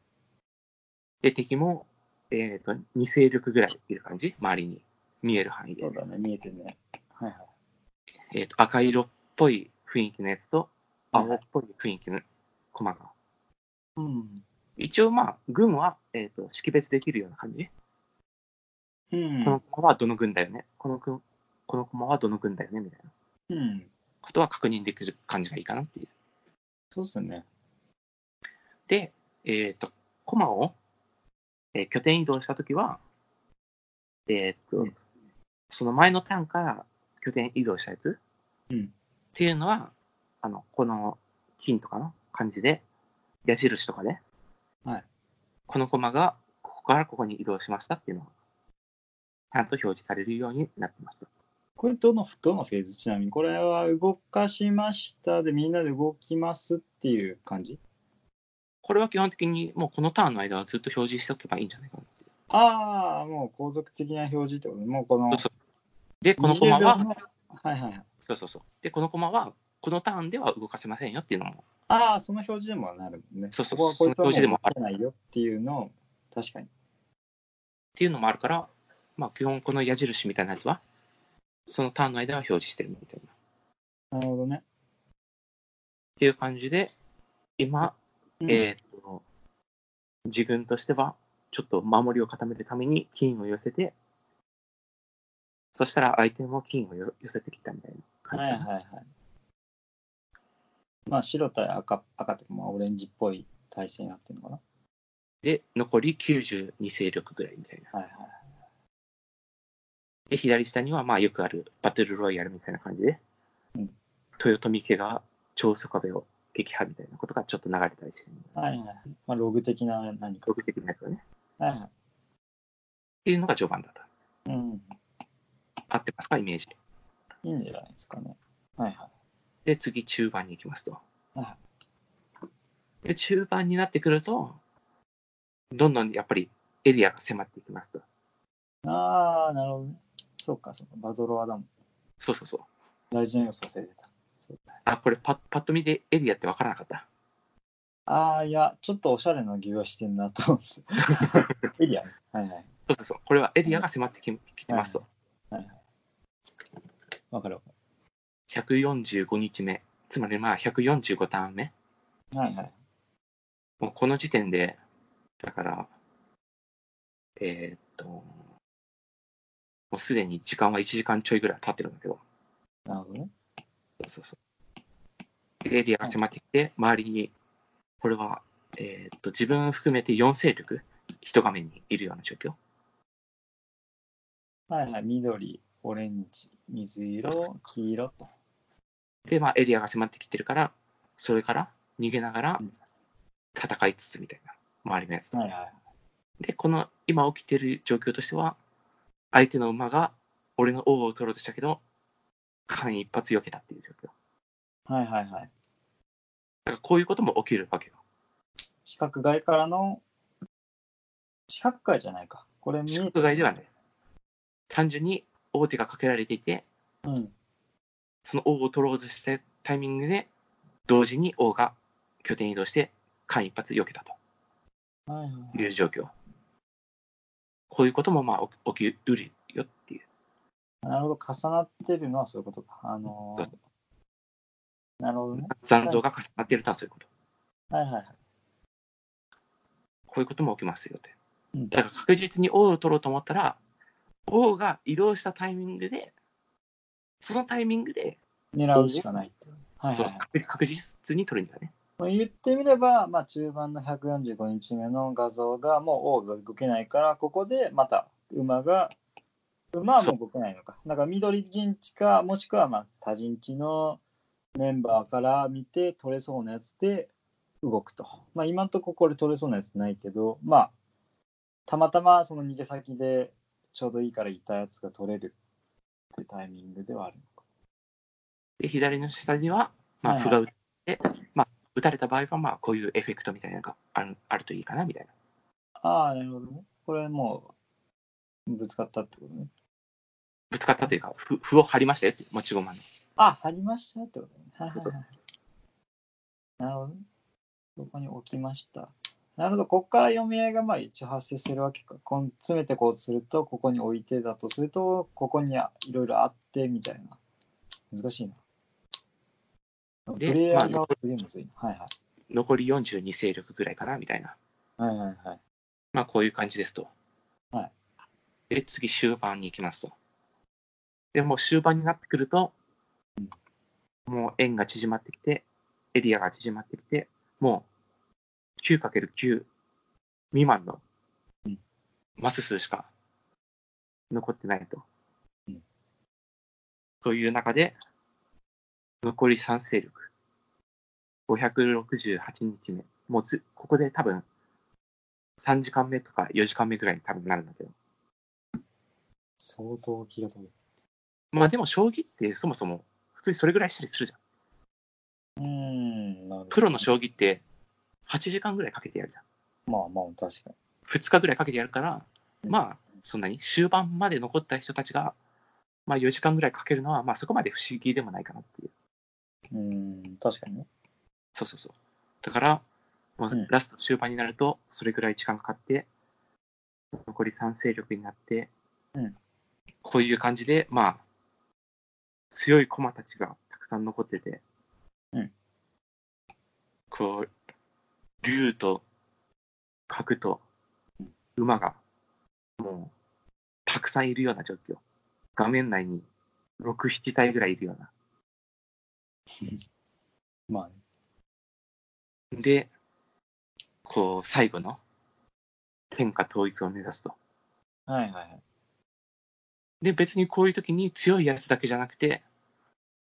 S2: で、敵も、えっ、と、2勢力ぐらいいる感じ周りに。見える範囲で
S1: そう。だね。見えてるね。はいはい。
S2: えっ、と、赤色っぽい雰囲気のやつと、
S1: はい
S2: 青っぽい雰囲気の駒が。
S1: うん。
S2: 一応まあ、軍は、えっ、と、識別できるような感じ。
S1: うん
S2: この駒はどの軍だよね。この軍、この駒はどの軍だよね。みたいな
S1: うん。
S2: ことは確認できる感じがいいかなっていう。
S1: そうっすね。
S2: で、えっ、と、駒を、えー拠点移動したときは、えっ、と、
S1: うん
S2: その前のターンから拠点移動したやつ
S1: うん。
S2: っていうのは、あの、この金とかの感じで、矢印とかで、
S1: はい。
S2: このコマがここからここに移動しましたっていうのが、ちゃんと表示されるようになってますと。
S1: これどの、どのフェーズちなみに、これは動かしましたで、みんなで動きますっていう感じ
S2: これは基本的にもうこのターンの間はずっと表示しておけばいいんじゃないかなっていう。
S1: ああ、もう後続的な表示ってことね。もうこの
S2: そう、そうで、このコマは、
S1: 20秒のはいはいはい。
S2: そうそうそう。で、このコマは、このターンでは動かせませんよっていうのも、
S1: ああ、その表示でもなるもんね。
S2: そうそう
S1: ここはこいつはもう
S2: その表示でもある
S1: 動かないよっていうのを、確かに。
S2: っていうのもあるから、まあ基本この矢印みたいなやつは、そのターンの間は表示してるみたいな。
S1: なるほどね。
S2: っていう感じで、今、
S1: うん
S2: えーっと、自分としては、ちょっと守りを固めるために金を寄せて、そしたら相手も金をよ寄せてきたみたいな感じ
S1: はい
S2: か
S1: はい
S2: な
S1: はい。まあ、白対赤、赤っていうか、まあ、オレンジっぽい体勢になってるのかな。
S2: で、残り92勢力ぐらいみたいな。
S1: はいはい。
S2: で、左下には、まあよくあるバトルロイヤルみたいな感じで、
S1: うん
S2: 豊臣家が長宗壁を撃破みたいなことがちょっと流れたりしてる。
S1: はいはい。まあ、ログ的な何か。
S2: 独的なやつがね。っ
S1: はいは
S2: ていうのが序盤だった。
S1: い。うん。
S2: 合ってますか、イメージ。
S1: いいんじゃないですかね。はいは
S2: で、次、中盤に行きますと
S1: は。
S2: で、中盤になってくると、どんどんやっぱりエリアが迫っていきますと。
S1: い。ああ、なるほどね。そうか、そうか。バゾロアだもん。
S2: そうそうそう。
S1: 大事な要素忘れてた。そうだ
S2: あ、これパッ、パッと見でエリアって分からなかった。
S1: ああ、いや、ちょっとおしゃれな擬はしてんなと思っ
S2: (laughs)
S1: て。エリアね。はいはい。
S2: そうそうそう。これはエリアが迫ってききてますと。
S1: わかるわか
S2: 145日目。つまりまあ145ターン目。
S1: る。はいはい。
S2: もうこの時点で、だから、えーっと、もうすでに時間は1時間ちょいぐらい経ってるんだけど、
S1: なるほどね。
S2: そうそう。エリアが迫ってきて、周りに、これは、えーっと、自分含めて4勢力、一画面にいるような状況。
S1: はいはい。緑、オレンジ、水色、黄色と。
S2: で、まあ、エリアが迫ってきてるから、それから逃げながら
S1: うん
S2: 戦いつつみたいな、周りのやつと。
S1: はいはい。
S2: で、この今起きてる状況としては、相手の馬が俺の王を取ろうとしたけど、間一発避けたっていう状況。だ
S1: はいはいはい。
S2: からこういうことも起きるわけよ。
S1: 四角外からの、四角外じゃないか。これ見え
S2: 四角外ではね、単純に王手がかけられていて、
S1: うん。
S2: その王を取ろうとしたタイミングで、同時に王が拠点移動して、間一発避けた
S1: はいはい
S2: と
S1: はい
S2: いう状況。こういうこともまあ起きうるよっていう。
S1: なるほど。重なってるのはそういうことか。あのーなるほどね。
S2: 残像が重なっているとはそういうこと。
S1: はいはいはい。
S2: こういうことも起きますよって。
S1: うん
S2: だから確実に王を取ろうと思ったら、王が移動したタイミングで、そのタイミングで、
S1: 狙うしかないっていう。はいはい、
S2: そ
S1: は
S2: う
S1: い。
S2: 確確実に取るんだよね。
S1: まあ言ってみれば、まあ、中盤の145日目の画像がもう王が動けないからここでまた馬が馬はもう動けないのかだから緑陣地かもしくはまあ他陣地のメンバーから見て取れそうなやつで動くと、まあ、今んとここれ取れそうなやつないけどまあたまたまその逃げ先でちょうどいいからいたやつが取れるってタイミングではある
S2: で、左の下には、ま
S1: は
S2: あ、
S1: い
S2: 歩が打って、まあ、打たれた場合は、まあ、こういうエフェクトみたいなのがあるあるといいかな、みたいな。
S1: ああなるほどねこれもうぶつかったってことね
S2: ぶつかったというか、歩歩を張りましたよって、持ち駒の。
S1: あ、貼りましたってことね。はいはい
S2: そう
S1: はい。なるほどね。そこに置きました。なるほど、ここから読み合いがまあ一応発生するわけか。こん詰めてこうすると、ここに置いてだとすると、ここにあいろいろあってみたいな。難しいな。プ
S2: で
S1: レイヤー
S2: まあ
S1: 側すげえむずいな。はいはい。
S2: 残り42勢力ぐらいかな、みたいな。
S1: はいはいはい。
S2: まあ、こういう感じですと。
S1: はい
S2: で、次、終盤に行きますと。でもう終盤になってくると、もう円が縮まってきて、エリアが縮まってきて、もう 9×9 未満の
S1: うん
S2: マス数しか残ってないと
S1: うん。
S2: という中で、残り3勢力、568日目、もうずここで多分3時間目とか4時間目ぐらいに多分なるんだけど。
S1: 相当気が遠い。
S2: まあでも将棋ってそもそも普通にそれぐらいしたりするじゃん。
S1: うーん、なるほど
S2: プロの将棋って8時間ぐらいかけてやるじゃん。
S1: まあまあ、確かに。
S2: 2日ぐらいかけてやるから、まあそんなに終盤まで残った人たちが、まあ4時間ぐらいかけるのは、まあそこまで不思議でもないかなっていう。
S1: うーん、確かにね。
S2: そうそうそう。だから、まあ
S1: うん
S2: ラスト終盤になると、それぐらい時間かかって、残り3勢力になって、
S1: うん
S2: こういう感じで、まあ、強い駒たちがたくさん残ってて、
S1: うん
S2: こう、竜と角と
S1: うん
S2: 馬が、もう、たくさんいるような状況。画面内に6、7体ぐらいいるような。
S1: まあね。
S2: で、こう、最後の天下統一を目指すと。
S1: はいはいはい。
S2: で、別にこういう時に強いやつだけじゃなくて、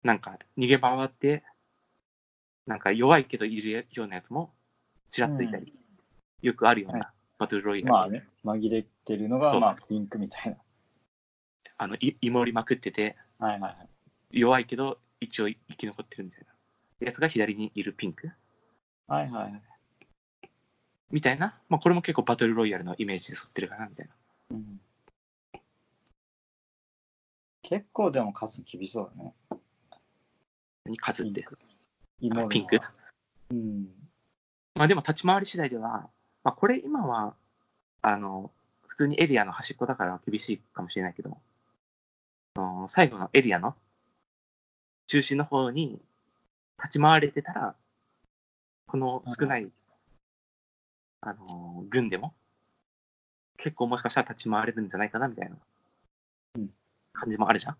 S2: なんか逃げ回って、なんか弱いけどいるようなやつも、ちらっといたり、よくあるよう
S1: は
S2: なバトルロイヤル、
S1: まあね、紛れてるの
S2: そ
S1: が、
S2: う
S1: まあ、ピンクみたい
S2: あの、い、イモりまくってて、
S1: な。はいはいはい。
S2: 弱いけど一応生き残ってるみたいな。やつが左にいるピンク
S1: はいはいはい。
S2: みたいな。まあこれも結構バトルロイヤルのイメージに沿ってるかな、みたいな。
S1: うん結構でも数厳しそうだね。
S2: 何数って。
S1: イモールは
S2: ピンク
S1: うん。
S2: まあでも立ち回り次第では、まあこれ今は、あの、普通にエリアの端っこだから厳しいかもしれないけど、あの最後のエリアの中心の方に立ち回れてたら、この少ない、あの、軍でも、結構もしかしたら立ち回れるんじゃないかなみたいな
S1: うん
S2: 感じもあるじゃん。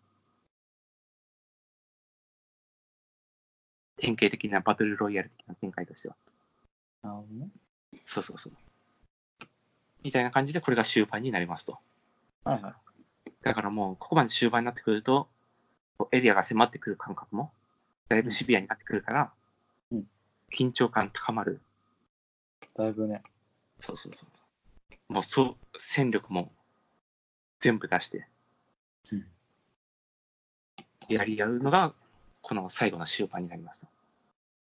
S2: 典型的なバトルロイヤル的な展開としては。
S1: なるほどね。
S2: そうそうそう。みたいな感じで、これが終盤になりますと。
S1: はいはい。
S2: だからもう、ここまで終盤になってくると、こうエリアが迫ってくる感覚も、だいぶシビアになってくるから、
S1: うん
S2: 緊張感高まる。
S1: だいぶね。
S2: そうそうそう。もう、そう、戦力も全部出して
S1: うん、
S2: やり合うのが、この最後の終盤になりますと。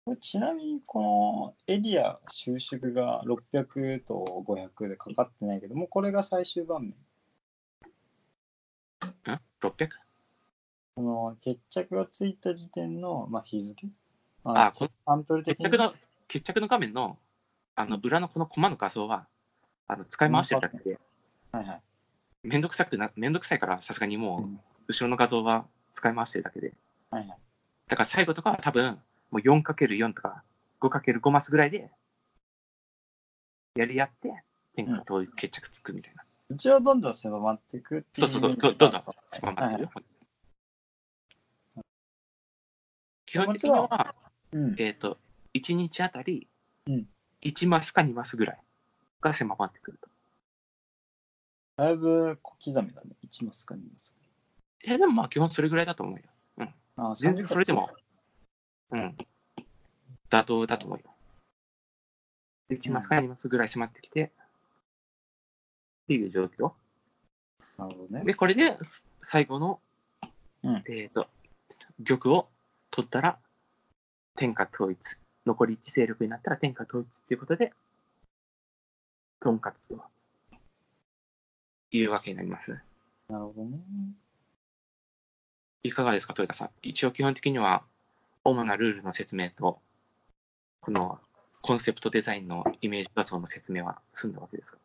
S1: これちなみに、このエリア収縮が600と500でかかってないけども、これが最終盤面。
S2: ん ?600?
S1: この決着がついた時点の、まあ、日付ま
S2: あ、この
S1: サンプル的
S2: 決
S1: に
S2: 着の、決着の画面の、あの、裏のこのコマの画像は、あの、使い回してるだけで、
S1: はいはい。
S2: めんどくさくな、めんどくさいから、さすがに
S1: う
S2: も
S1: ん
S2: う、後ろの画像は使い回してるだけで。
S1: はいはい。
S2: だから最後とかは多分、もう 4×4 とか、5×5 マスぐらいで、やり合って、天下統一決着つくみたいな。
S1: うちはどんどん狭まっていくっていう
S2: そうそうそう
S1: イメージ
S2: どどんどん
S1: はい
S2: 狭まってるよ。基本的に
S1: もち
S2: は、
S1: うん。
S2: えっ、と、1日あたり
S1: うん、
S2: 1マスか2マスぐらいが狭まってくると。
S1: だいぶ小刻みだね。1マスか2マス
S2: え、でもまあ基本それぐらいだと思うよ。
S1: か。あ
S2: 全然それでも。、うん、妥当だと思うよ。で、1マスか2マスぐらい迫ってきて、っていう状況。
S1: なるほどね。
S2: で、これで、最後の、
S1: うん
S2: えっ、と、玉を取ったら、天下統一。残り1勢力になったら天下統一っていうことで、とんかつというわけになります。
S1: なるほどね。
S2: いかがですか、豊田さん。一応基本的には、主なルールの説明と、このコンセプトデザインのイメージ画像の説明は済んだわけですか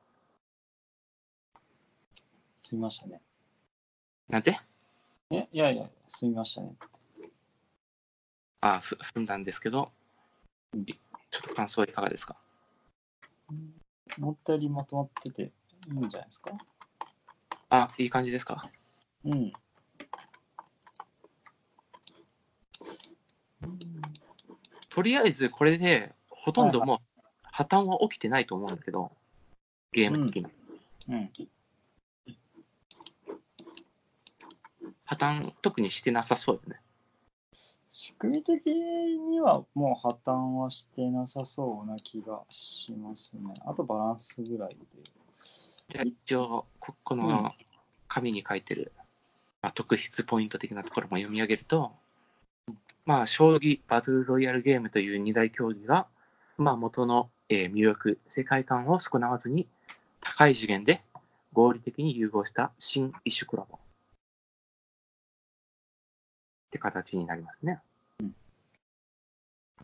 S1: すみましたね。
S2: なんて
S1: え、いやいや、すみましたね。
S2: ああ、す済んだんですけど、
S1: うん
S2: いちょっと感想はいかがですか
S1: 思ったよりまとまってていいんじゃないですか。
S2: あ、いい感じですか
S1: うん。
S2: とりあえずこれで、ほとんどもう破綻は起きてないと思うんだけど、ゲーム的に。
S1: うん。
S2: 破綻、特にしてなさそうだね。
S1: 仕組み的にはもう破綻はしてなさそうな気がしますね。あとバランスぐらい
S2: じゃあ一応、ここの紙に書いてる、まあ、特筆ポイント的なところも読み上げると、まあ、将棋、バトルロイヤルゲームという二大競技が、まあ、元の、えー魅力、世界観を損なわずに、高い次元で合理的に融合した新一種コラボ。って形になりますね。
S1: うん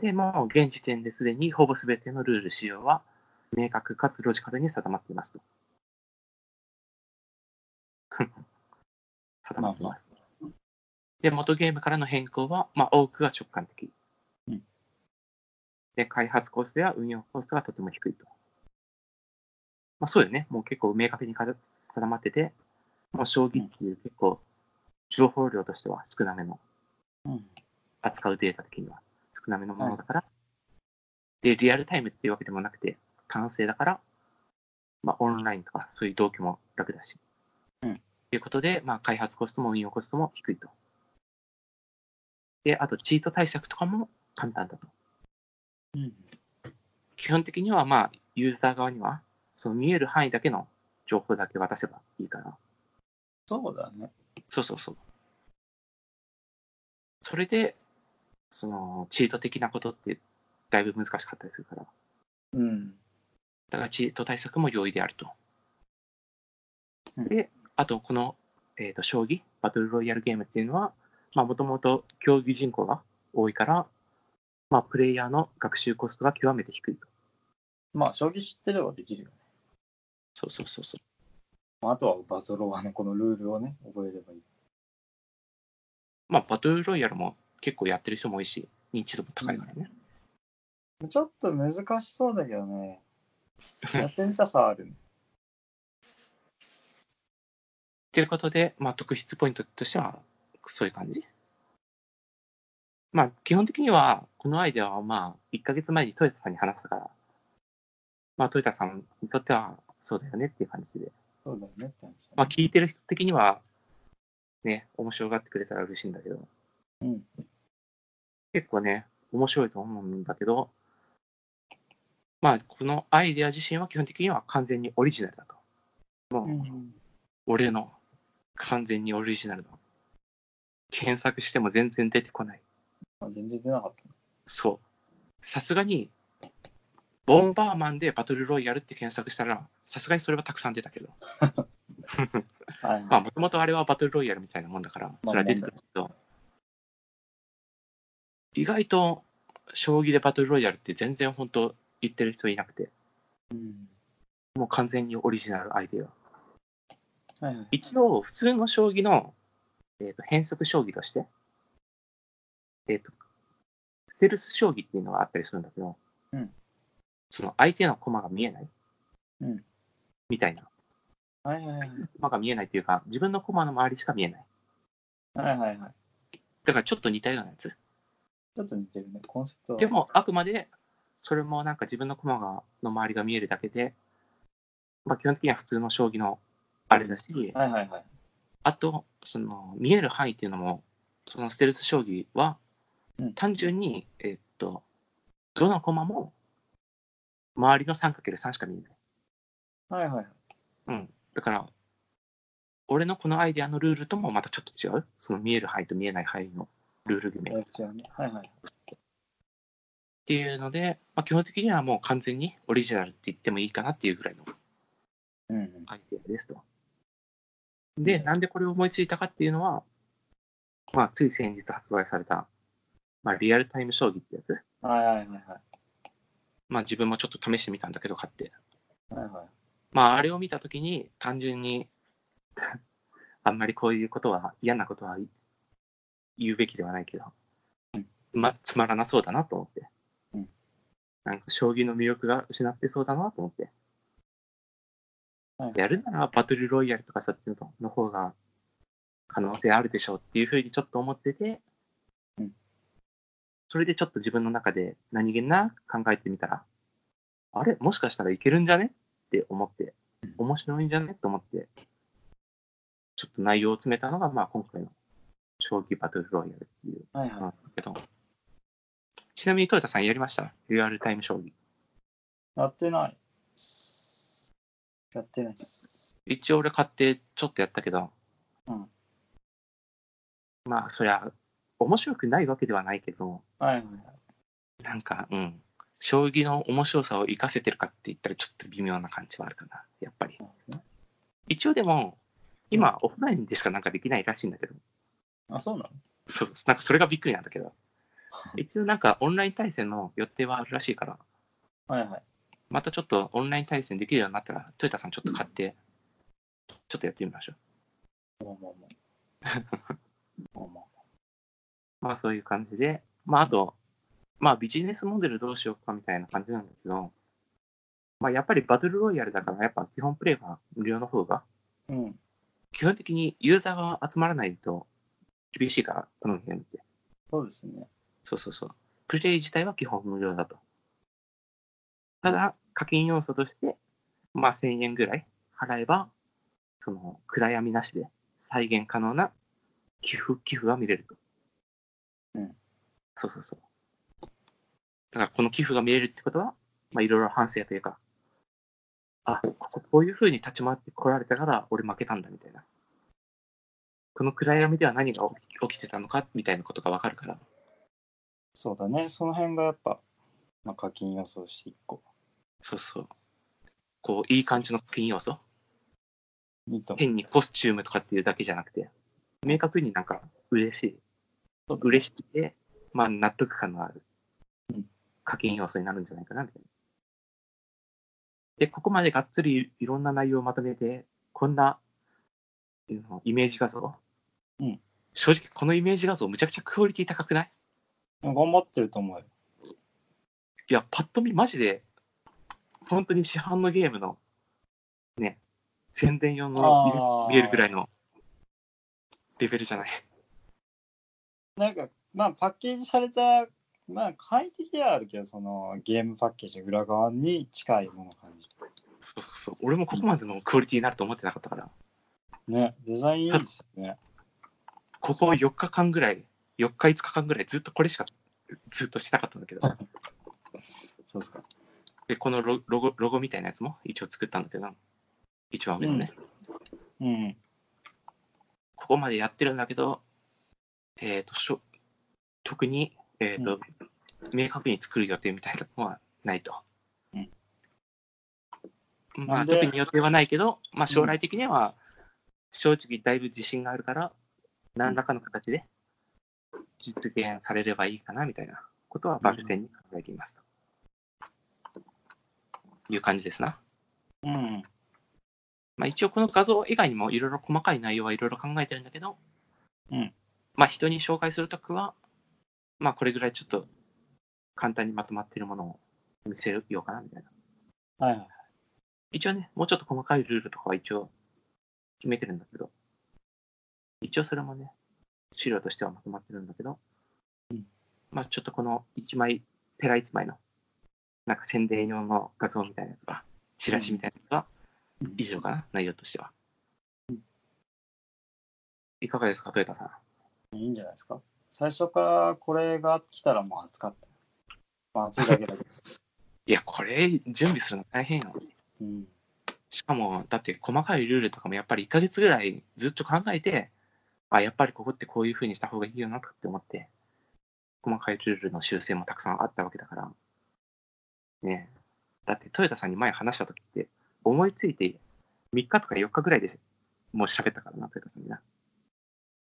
S2: で、もう現時点ですでにほぼ全てのルール使用は明確かつロジカルに定まっていますと。 (laughs) 定まっています。で、元ゲームからの変更は、まあ、多くは直感的。
S1: うん
S2: で、開発コストや運用コストがとても低いと。まあ、そうよね。もう結構明確に定まってて、まあ、将棋っていう結構、情報量としては少なめの、
S1: で。うん。
S2: 扱うデータ的には少なめのものだから、で、リアルタイムっていうわけでもなくて、単性だから、まあ、オンラインとか、そういう同期も楽だし。
S1: うん
S2: ということで、まあ、開発コストも運用コストも低いと。で、あと、チート対策とかも簡単だと。
S1: うん。
S2: 基本的には、まあ、ユーザー側には、その見える範囲だけの情報だけ渡せばいいから、
S1: そうだね。
S2: そうそうそう。それで、その、チート的なことって、だいぶ難しかったりするから、
S1: うん。
S2: だからチート対策も容易であると。
S1: うん
S2: で、あと、この、えーと、将棋、バトルロイヤルゲームっていうのは、まあ、もともと競技人口が多いから、まあ、プレイヤーの学習コストが極めて低いと。
S1: まあ、将棋知ってればできるよね。
S2: そうそうそうそう。
S1: まああとはバトロワのこのルールをね、覚えればいい。
S2: まあ、バトルロイヤルも結構やってる人も多いし、認知度も高いからね。
S1: ちょっと難しそうだけどね。やってみたさはあるね。
S2: ということで、まあ、特筆ポイントとしては、そういう感じ。まあ、基本的には、このアイデアは、まあ、1ヶ月前にトヨタさんに話したから、まあ、トヨタさんにとっては、そうだよねっていう感じで、
S1: そうだよねって話だね。
S2: まあ、聞いてる人的には、ね、面白がってくれたら嬉しいんだけど、
S1: うん
S2: 結構ね、面白いと思うんだけど、まあ、このアイデア自身は基本的には完全にオリジナルだと。もう、
S1: うん
S2: 俺の完全にオリジナルの。検索しても全然出てこない。
S1: まあ、全然出なかったね。
S2: そう。さすがに、ボンバーマンでバトルロイヤルって検索したら、さすがにそれはたくさん出たけど、
S1: はいはい、
S2: まあ、もともとあれはバトルロイヤルみたいなもんだから、それは出てくるけど、意外と、将棋でバトルロイヤルって全然本当言ってる人いなくて、
S1: うん
S2: もう完全にオリジナルアイデア。
S1: はいはい。
S2: 一応、普通の将棋の、えー、と変則将棋として、えっ、と、ステルス将棋っていうのがあったりするんだけど、
S1: うん
S2: その相手の駒が見えない、
S1: うん
S2: みたいな。
S1: はいはいはい。
S2: 駒が見えないというか、自分の駒の周りしか見えない。
S1: はいはいはい。
S2: だからちょっと似たようなやつ。
S1: ちょっと似てるね。コンセプトは
S2: でも、あくまで、それもなんか自分の駒がの周りが見えるだけで、まあ、基本的には普通の将棋のあれだし、
S1: はいはいはい。
S2: あと、その見える範囲っていうのも、そのステルス将棋は
S1: うん、
S2: 単純に、えーっと、どの駒も、周りの 3×3 しか見えない。
S1: はいはいはい。
S2: うん。だから、俺のこのアイデアのルールともまたちょっと違う。その見える範囲と見えない範囲のルール決め
S1: だい
S2: っ
S1: ぶ違うね。はいはい。
S2: ていうので、まあ、基本的にはもう完全にオリジナルって言ってもいいかなっていうぐらいの
S1: うんうん。
S2: アイデアですと。で、なんでこれを思いついたかっていうのは、まあ、つい先日発売された、まあ、リアルタイム将棋ってやつ。
S1: はいはいはいはい。
S2: まあ、自分もちょっと試してみたんだけど、買って。
S1: はいはい。
S2: まあ、あれを見たときに、単純に、 (laughs) あんまりこういうことは、嫌なことは言うべきではないけど、ま、つまらなそうだなと思って
S1: うん。
S2: なんか、将棋の魅力が失ってそうだなと思って。
S1: はい
S2: やるならバトルロイヤルとかそっちのの方が可能性あるでしょうっていうふうにちょっと思ってて
S1: うん、
S2: それでちょっと自分の中で何気なく考えてみたら、あれもしかしたらいけるんじゃねって思って
S1: うん、
S2: 面白いんじゃねと思って、ちょっと内容を詰めたのが、まあ今回の将棋バトルロイヤルっていう
S1: はい
S2: のなん
S1: は
S2: だけど、ちなみにトヨタさんやりましたリアルタイム将棋。
S1: い。やってない。やってないっす。
S2: 一応俺買ってちょっとやったけど、
S1: うん
S2: まあそりゃ面白くないわけではないけど
S1: はいはいはい。
S2: なんかうん将棋の面白さを活かせてるかって言ったらちょっと微妙な感じはあるかなやっぱり
S1: そうですね
S2: 一応でも今オフラインでしかなんかできないらしいんだけど
S1: あ、そうなの
S2: そうなんかそれがびっくりなんだけど一応なんかオンライン対戦の予定はあるらしいから
S1: はいはい。
S2: またちょっとオンライン対戦できるようになったらトヨタさんちょっと買って、ちょっとやってみましょう
S1: まあまあまあ。まあまあ。
S2: まあそういう感じで、まああと、まあビジネスモデルどうしようかみたいな感じなんだけど、まあやっぱりバトルロイヤルだからやっぱ基本プレイは無料の方が、
S1: うん。
S2: 基本的にユーザーが集まらないと厳しいから、このゲームって。
S1: そうですね。
S2: そうそうそう。プレイ自体は基本無料だと。ただ、課金要素として、まあ1000円ぐらい払えば、その暗闇なしで再現可能な寄付、寄付が見れると。
S1: うん。
S2: そうそうそう。だからこの寄付が見れるってことは、まあいろいろ反省というか、あ、こここういう風に立ち回ってこられたから俺負けたんだみたいな。この暗闇では何が起き起きてたのかみたいなことがわかるから、
S1: そうだね。その辺がやっぱ、まあ、課金予想して一個。
S2: そうそう。こう、いい感じの課金要素。
S1: いいと思う。
S2: 変にコスチュームとかっていうだけじゃなくて、明確になんか嬉しい。嬉しくて、まあ納得感のある
S1: うん
S2: 課金要素になるんじゃないかなみたいな。で、ここまでがっつりいろんな内容をまとめて、こんな、いうのイメージ画像。
S1: うん。
S2: 正直、このイメージ画像、むちゃくちゃクオリティ高くない
S1: 頑張ってると思うよ。
S2: いや、パッと見、マジで、本当に市販のゲームの、ね、宣伝用の
S1: あー
S2: 見えるぐらいのレベルじゃない。
S1: なんか、まあ、パッケージされた、まあ、快適ではあるけど、そのゲームパッケージの裏側に近いものを感じた。
S2: そうそうそう。俺もここまでのクオリティになると思ってなかったから、
S1: ね、デザインいいですよね。
S2: ここ4日間ぐらい、4日5日間ぐらいずっとこれしか、ずっとしてなかったんだけど、
S1: そうですか。
S2: で、このロロゴ、ロゴみたいなやつも一応作ったんだけど、一番上のね、
S1: うん。
S2: ここまでやってるんだけど、えっ、と、しょ特に、えっ、と、明確に作る予定みたいなのはないと。
S1: うん
S2: ま
S1: な
S2: あ、
S1: んで
S2: 特に予定はないけど、まあ、
S1: ん
S2: 将来的には、正直だいぶ自信があるから、何らかの形で実現されればいいかなみたいなことは漠然に考えていますと。いう感じですな。
S1: うん。
S2: まあ、一応この画像以外にもいろいろ細かい内容はいろいろ考えてるんだけど、
S1: うん
S2: まあ、人に紹介するときは、まあ、これぐらいちょっと簡単にまとまっているものを見せようかなみたいな。
S1: はいはい。
S2: 一応ね、もうちょっと細かいルールとかは一応決めてるんだけど、一応それもね、資料としてはまとまってるんだけど、
S1: うん
S2: まあ、ちょっとこの一枚、ペラ一枚の、なんか宣伝用の画像みたいなやつは、チラシみたいなやつは、以上かな、内容としては
S1: うん。
S2: いかがですか、豊田さん。
S1: いいんじゃないですか。最初からこれが来たらもう暑かった。まあ、暑いだけだけど。
S2: いや、これ、準備するの大変よ。
S1: うん。
S2: しかも、だって細かいルールとかもやっぱり1ヶ月ぐらいずっと考えて、あ、やっぱりここってこういう風にした方がいいよなって思って、細かいルールの修正もたくさんあったわけだから。ねえだって、豊田さんに前話した時って、思いついて3日とか4日ぐらいでもう喋ったからな、豊田さんにな。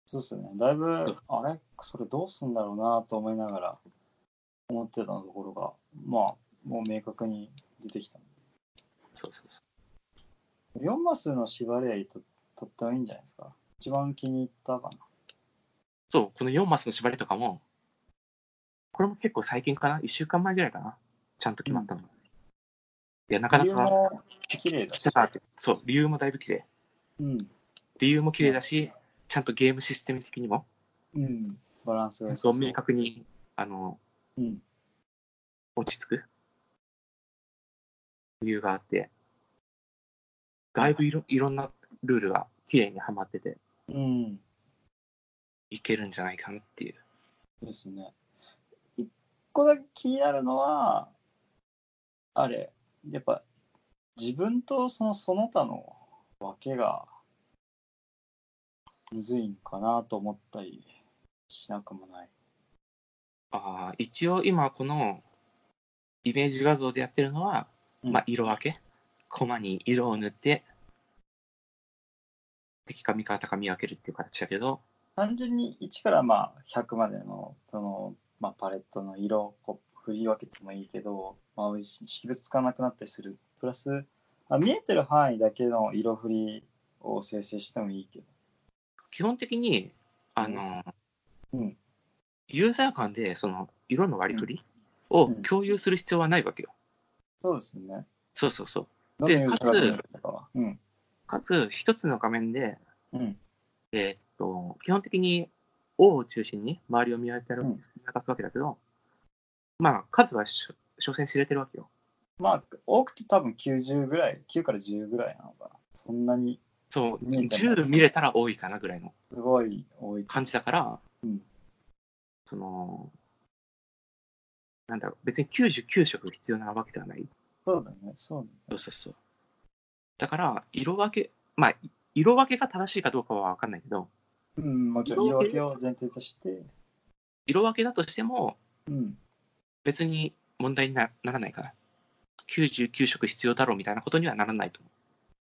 S1: そうですよね。だいぶ、あれ、それどうすんだろうなと思いながら思ってたところが、まあ、もう明確に出てきた。
S2: そうそうそう。
S1: 4マスの縛り合いととってもいいんじゃないですか。一番気に入ったか
S2: そう、この4マスの縛りとかも、これも結構最近かな ?1 週間前ぐらいかなちゃんと決まったの。いや、なか
S1: な。
S2: な
S1: 理由
S2: か
S1: も綺麗だし
S2: 来た。なって。そう、理由もだいぶ綺麗。
S1: うん。
S2: 理由も綺麗だし、ちゃんとゲームシステム的にも、
S1: うん。バランスが良さ
S2: そう
S1: そう
S2: 明確にあの
S1: うん。
S2: 落ち着く理由があって、だいぶいろいろんなルールが綺麗にはまってて、
S1: うん。
S2: いけるんじゃないかなっていう。
S1: ですね。一個だけ気になるのは、あれ、やっぱ自分とそのその他の分けがむずいんかなと思ったりしなくもない。
S2: ああ、一応今このイメージ画像でやってるのは、
S1: うん
S2: まあ色分け。コマに色を塗って、敵か味方か見分けるっていう形だけど、
S1: 単純に1からまあ100までのその、まあ、パレットの色をこう振り分けてもいいけど、まあ、識別つかなくなったりする。プラス、あ見えてる範囲だけの色振りを生成してもいいけど。
S2: 基本的に、あ
S1: そう
S2: の、
S1: うん
S2: ユーザー間でその色の割り振りを
S1: うん
S2: 共有する必要はないわけよ。
S1: そうですね。
S2: そうそうそう。
S1: どの
S2: で
S1: ユーザーが見えるかは。うん。
S2: かつ、一つの画面で、
S1: うん。
S2: えーっと、基本的に O を中心に周りを見渡る
S1: うん
S2: 見渡すわけだけど、まあ、数はしょ所詮知れてるわけよ。
S1: まあ、多くて多分90ぐらい、9から10ぐらいなのかな。そんなに
S2: そう、
S1: 見えてない
S2: 10見れたら多いかなぐらいの
S1: すごい多い。
S2: 感じだから、
S1: うん
S2: その、なんだろう、別に99色必要なわけではない。
S1: そうだね、そうだ
S2: そ
S1: ね。
S2: うそうそう。だから、色分け、まあ、色分けが正しいかどうかは分かんないけど、
S1: うん、もちろん色分けを前提として、
S2: 色分けだとしても、
S1: うん、
S2: 別に問題になならないかな。99色必要だろうみたいなことにはならないと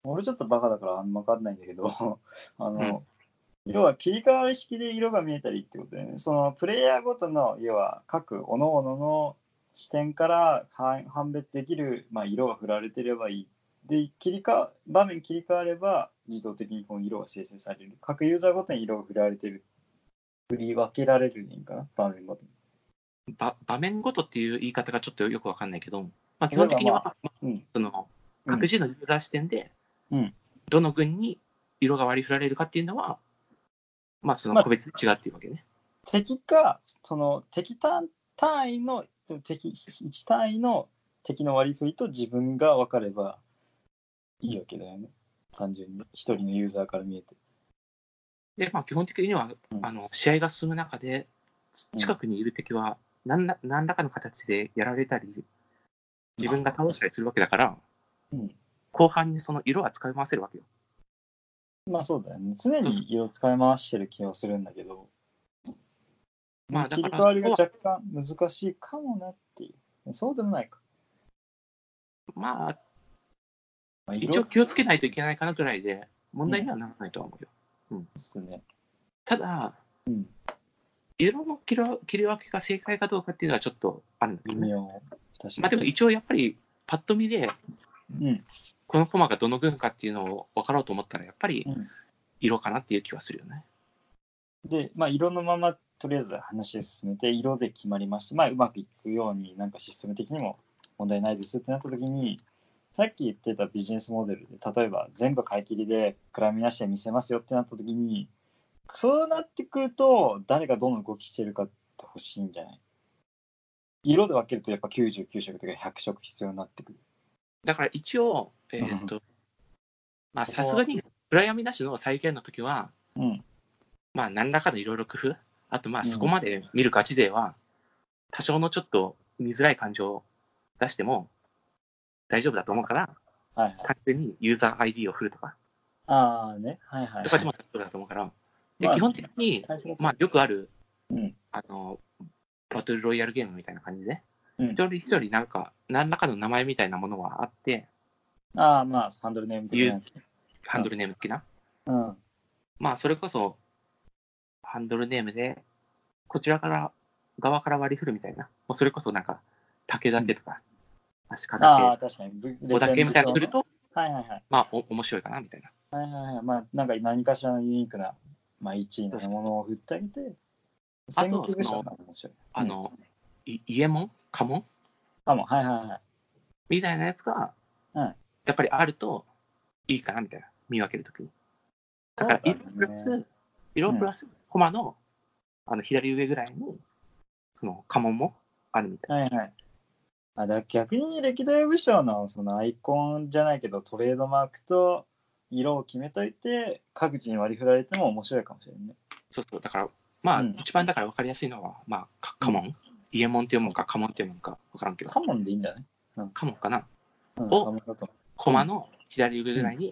S2: 思
S1: 俺ちょっとバカだからあんま分かんないんだけど、 (laughs) あの、要は切り替わり式で色が見えたりってことだよね。そのプレイヤーごとの、要は各各々の視点からは判別できる、まあ、色が振られてればいい。で切り替場面切り替われば自動的にこの色が生成される。各ユーザーごとに色が振られてる。振り分けられるねんかな、場面ごとに。
S2: ば場面ごとっていう言い方がちょっとよくわかんないけど、まあ、基本的には、
S1: まうん。
S2: その
S1: うん
S2: 各自のユーザー視点で、
S1: うん
S2: どの群に色が割り振られるかっていうのは、まあ、そ
S1: ま
S2: の
S1: あ
S2: 個別に違うっていうわけね。
S1: 敵か、その敵単単位の、敵1単位の敵の割り振りと自分が分かればいいわけだよね。単純に、一人のユーザーから見えて。
S2: で、まあ、基本的には、
S1: うん
S2: あの試合が進む中で、つ
S1: うん
S2: 近くにいる敵は何ら何らかの形でやられたり、自分が倒したりするわけだから、
S1: うん
S2: 後半にその色は使い回せるわけよ。
S1: まあそうだよね。常に色を使い回してる気がするんだけど、
S2: まあ、だ
S1: 切
S2: か
S1: り
S2: ら
S1: 替わりが若干難しいかもなっていう。そうでもないか。
S2: まあ、
S1: まあ、
S2: 一
S1: 色
S2: 応気をつけないといけないかなぐらいで、問題にはならないとは思うよ。
S1: ですね。
S2: ただ、
S1: うん。
S2: 色の切り切り分けが正解かどうかっていうのはちょっとあるんだけ
S1: 微
S2: どね。
S1: 妙。確かに。
S2: まあ、でも一応やっぱり、パッと見で、
S1: うん。
S2: このコマがどの群かっていうのを分かろうと思ったら、やっぱり
S1: うん
S2: 色かなっていう気はするよね。
S1: で、まあ、色のままとりあえず話を進めて、色で決まりまして、まあ、うまくいくように、なんかシステム的にも問題ないですってなった時に、さっき言ってたビジネスモデルで、例えば全部買い切りで、くらみなしで見せますよってなった時に、そうなってくると、誰がどの動きしてるかって欲しいんじゃない色で分けると、やっぱ99色とか100色必要になってくる。
S2: だから一応、えーっと、まあさすがに暗闇なしの再現の時は、
S1: うん。
S2: まあ何らかのいろいろ工夫、あとまあ
S1: うん
S2: そこまで見るガチでは、多少のちょっと見づらい感情を出しても大丈夫だと思うから、
S1: はいはい。
S2: 単純にユーザー ID を振るとか、
S1: ああね。はいはい、
S2: とか
S1: は
S2: で
S1: い。
S2: も大丈夫だと思うから、で
S1: まあ
S2: 基本的に、
S1: 対策
S2: まあよくある、
S1: うん。
S2: あの、バトルロイヤルゲームみたいな感じで、
S1: うん
S2: 一、人一人なんか、何らかの名前みたいなものはあって、
S1: ああ、まあ、ハンドルネーム的なやつ。
S2: ハンドルネーム的な。
S1: うん。
S2: まあ、それこそ、ハンドルネームで、こちらから、側から割り振るみたいな。もうそれこそなんか、竹だけとか、足利
S1: ああ、
S2: だ
S1: 確かに。ぶ
S2: け、小だけみたいなのする。と、
S1: はいはいはい。
S2: まあ、お面白いかなみたいな。
S1: はいはいはい。まあ、なんか何かしらのユニークな、まあ、1位のものを振ってあげて、
S2: あと
S1: 戦国武将が面白い。
S2: あの、い家門家門
S1: あ、もう、はいはいはい。
S2: みたいなやつが、
S1: うん
S2: やっぱりあると、いいかなみたいな。見分けるときに。だから、
S1: そう
S2: 色
S1: だね
S2: プラス、色プラス、コマの、あの、左上ぐらいに、その、家紋もあるみたい
S1: はい
S2: な。
S1: はい。あだ逆に歴代武将のそのアイコンじゃないけど、トレードマークと色を決めといて、各自に割り振られても面白いかもしれないね。
S2: そうそう、だから、まあ、
S1: うん
S2: 一番だから分かりやすいのは、まあ、か家紋、家紋っていうもんか、家紋っていうもんか分からんけど、
S1: カモンでいいんじゃない
S2: 家紋かな、
S1: うん、
S2: お
S1: カモンだと。
S2: 駒の左上ぐらいに、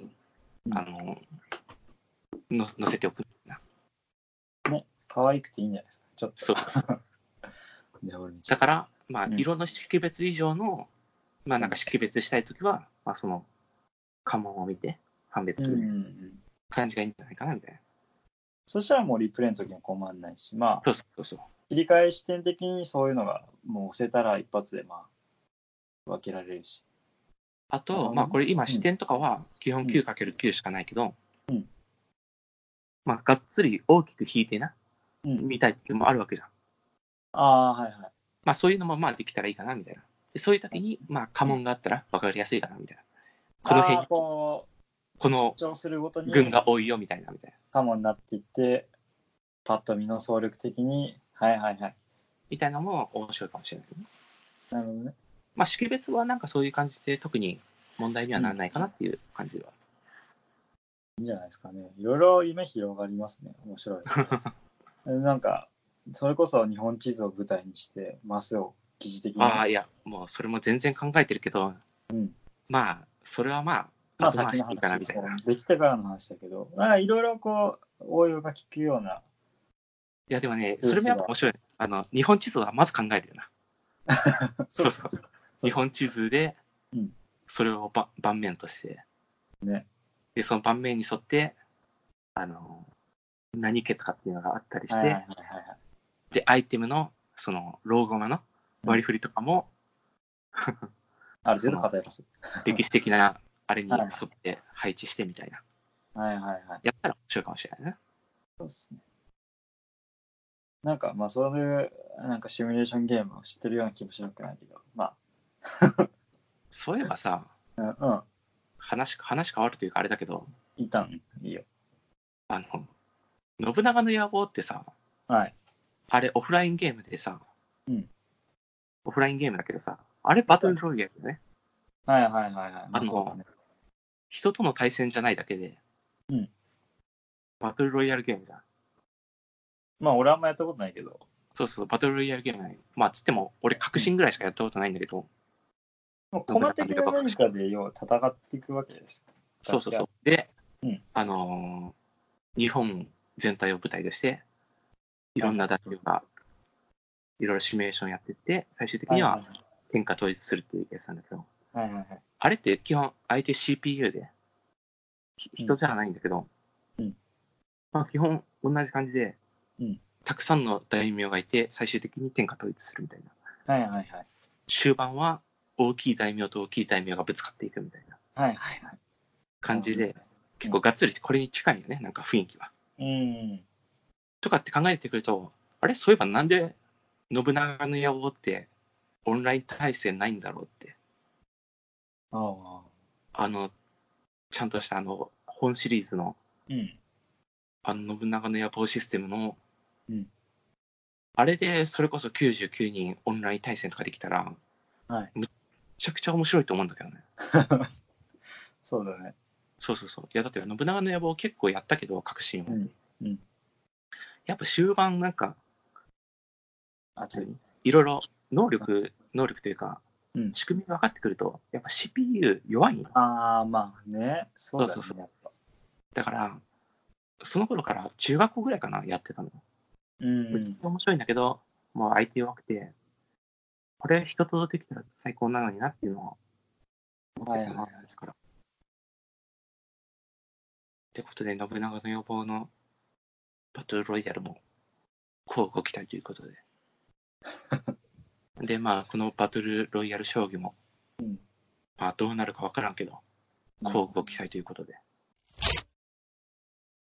S1: うん
S2: あの、の載せておくみたいな。
S1: ね、可愛くていいんじゃないですか。ちょっと。
S2: そうそうそう
S1: で俺めっちゃ
S2: だから、まあ、
S1: うん
S2: 色の識別以上の、まあ、なんか識別したいときは、まあ、その、家紋を見て判別す
S1: うんうんう
S2: る
S1: ん
S2: 感じがいいんじゃないかな、みたいな。
S1: そしたらもうリプレイの時に困んないし、まあ、
S2: そうそうそう。
S1: 切り替え視点的にそういうのがもう押せたら一発でまあ分けられるし。
S2: あ
S1: なるほ
S2: と、
S1: ど
S2: まあ、これ
S1: う
S2: 今、
S1: ん
S2: 視点とかは基本 9×9 しかないけど、
S1: うん
S2: まあ、がっつり大きく引いてな、
S1: うん
S2: みたいっていうのもあるわけじゃん。
S1: ああー、はいはい。
S2: まあ、そういうのもまあできたらいいかなみたいな。でそういう時に、まあ、家紋があったら分かりやすいかなみたいな。この辺
S1: あー
S2: に、
S1: こ
S2: この
S1: う、主張するごとに、
S2: 軍が多いよみたいな、みたいな。
S1: カモになっていって、パッと見の総力的に、はいはいはい。
S2: みたいなのも面白いかもしれないけどね。
S1: なるほどね。
S2: まあ、識別はなんかそういう感じで、特に問題にはならないかなっていう感じは。
S1: いいんじゃないですかね。いろいろ夢広がりますね。面
S2: (laughs)
S1: 白い。なんか、それこそ日本地図を舞台にして、マスを疑似的に。
S2: ああ、いや、もうそれも全然考えてるけど、
S1: うん
S2: まあ、それはまあ、
S1: まあ
S2: 後回
S1: 先
S2: し
S1: の
S2: でいいかな
S1: 話で
S2: み
S1: す
S2: たいな。い
S1: できてからの話だけど、なんかいろいろこう、応用が効くよう
S2: (laughs)
S1: な
S2: や、でもね、
S1: そうで
S2: それ
S1: すが
S2: もやっぱ面白い。あの、日本地図はまず考えるよな。そうそう。日本地図で
S1: うん、
S2: それをば盤面として、
S1: ね。
S2: で、その盤面に沿って、あの、何家とかっていうのがあったりして、
S1: はいはいはいはい
S2: で、アイテムの、その、ローゴマの割り振りとかも、
S1: ある程度偏らせる。
S2: 歴史的なあれに
S1: はい
S2: 沿って配置してみたいな。
S1: はいはいはい。
S2: やったら面白いかもしれないね。
S1: そうですね。なんか、まあ、そういう、なんかシミュレーションゲームを知ってるような気もしなくないけど、ま
S2: そういえばさ、
S1: あ、うん、うん、
S2: 話、話変わるというかあれだけど、
S1: いたん、いいよ。
S2: あの、信長の野望ってさ、
S1: はい。
S2: あれオフラインゲームでさ、
S1: うん
S2: オフラインゲームだけどさ、あれバトルロイヤルだよね。
S1: はいはいはいはい。まあ、そうだね。
S2: 人との対戦じゃないだけで、
S1: うん
S2: バトルロイヤルゲームじゃん。
S1: まあ、俺あんまやったことないけど、
S2: そうそう、バトルロイヤルゲームない。まあ、つっても、俺、革新ぐらいしかやったことないんだけど、
S1: もう、コマ的な何かで要は戦っていくわけです。
S2: そうそうそう。で、
S1: うん
S2: あのー日本全体を舞台として、いろんな脱力が、いろいろシミュレーションやってって、最終的には天下統一するっていうやつなんだけど、
S1: はいはいはい。
S2: あれって基本相手 CPU で、ひ
S1: うん
S2: 人じゃないんだけど、
S1: うん
S2: まあ基本同じ感じで、
S1: うん
S2: たくさんの大名がいて、最終的に天下統一するみたいな。
S1: はいはいはい。
S2: 終盤は大きい大名と大きい大名がぶつかっていくみたいな
S1: はいはいはい。
S2: 感じで、結構がっつりこれに近いよね、なんか雰囲気は。
S1: うん。
S2: とかって考えてくると、あれ、そういえばなんで信長の野望ってオンライン対戦ないんだろうって、
S1: ああ。
S2: あの、ちゃんとしたあの、本シリーズの、
S1: うん。
S2: あの、信長の野望システムの、
S1: うん
S2: あれでそれこそ99人オンライン対戦とかできたら、
S1: はい
S2: むっちゃくちゃ面白いと思うんだけどね。
S1: そうだね。
S2: そうそうそう。いや、だって信長の野望結構やったけど、革新を。
S1: うんうん
S2: やっぱ終盤なんか、
S1: 熱い。
S2: いろいろ能力、能力というか、
S1: うん
S2: 仕組みが分かってくると、やっぱ CPU 弱いんよ。
S1: ああ、まあね。そうだ
S2: そ
S1: よ
S2: うそう
S1: ね、やっぱ。
S2: だから、その頃から中学校ぐらいかな、やってたの。
S1: う
S2: めっち
S1: ん。
S2: ゃ面白いんだけど、もう相手弱くて、これ人とできたら最高なのになっていうのは思ってた
S1: はいは
S2: んですから。ってことで、信長の予防のバトルロイヤルも、こうご期待ということ
S1: (laughs)
S2: で。で、まあ、このバトルロイヤル将棋も、
S1: うん
S2: まあ、どうなるかわからんけど、こうご期待ということで。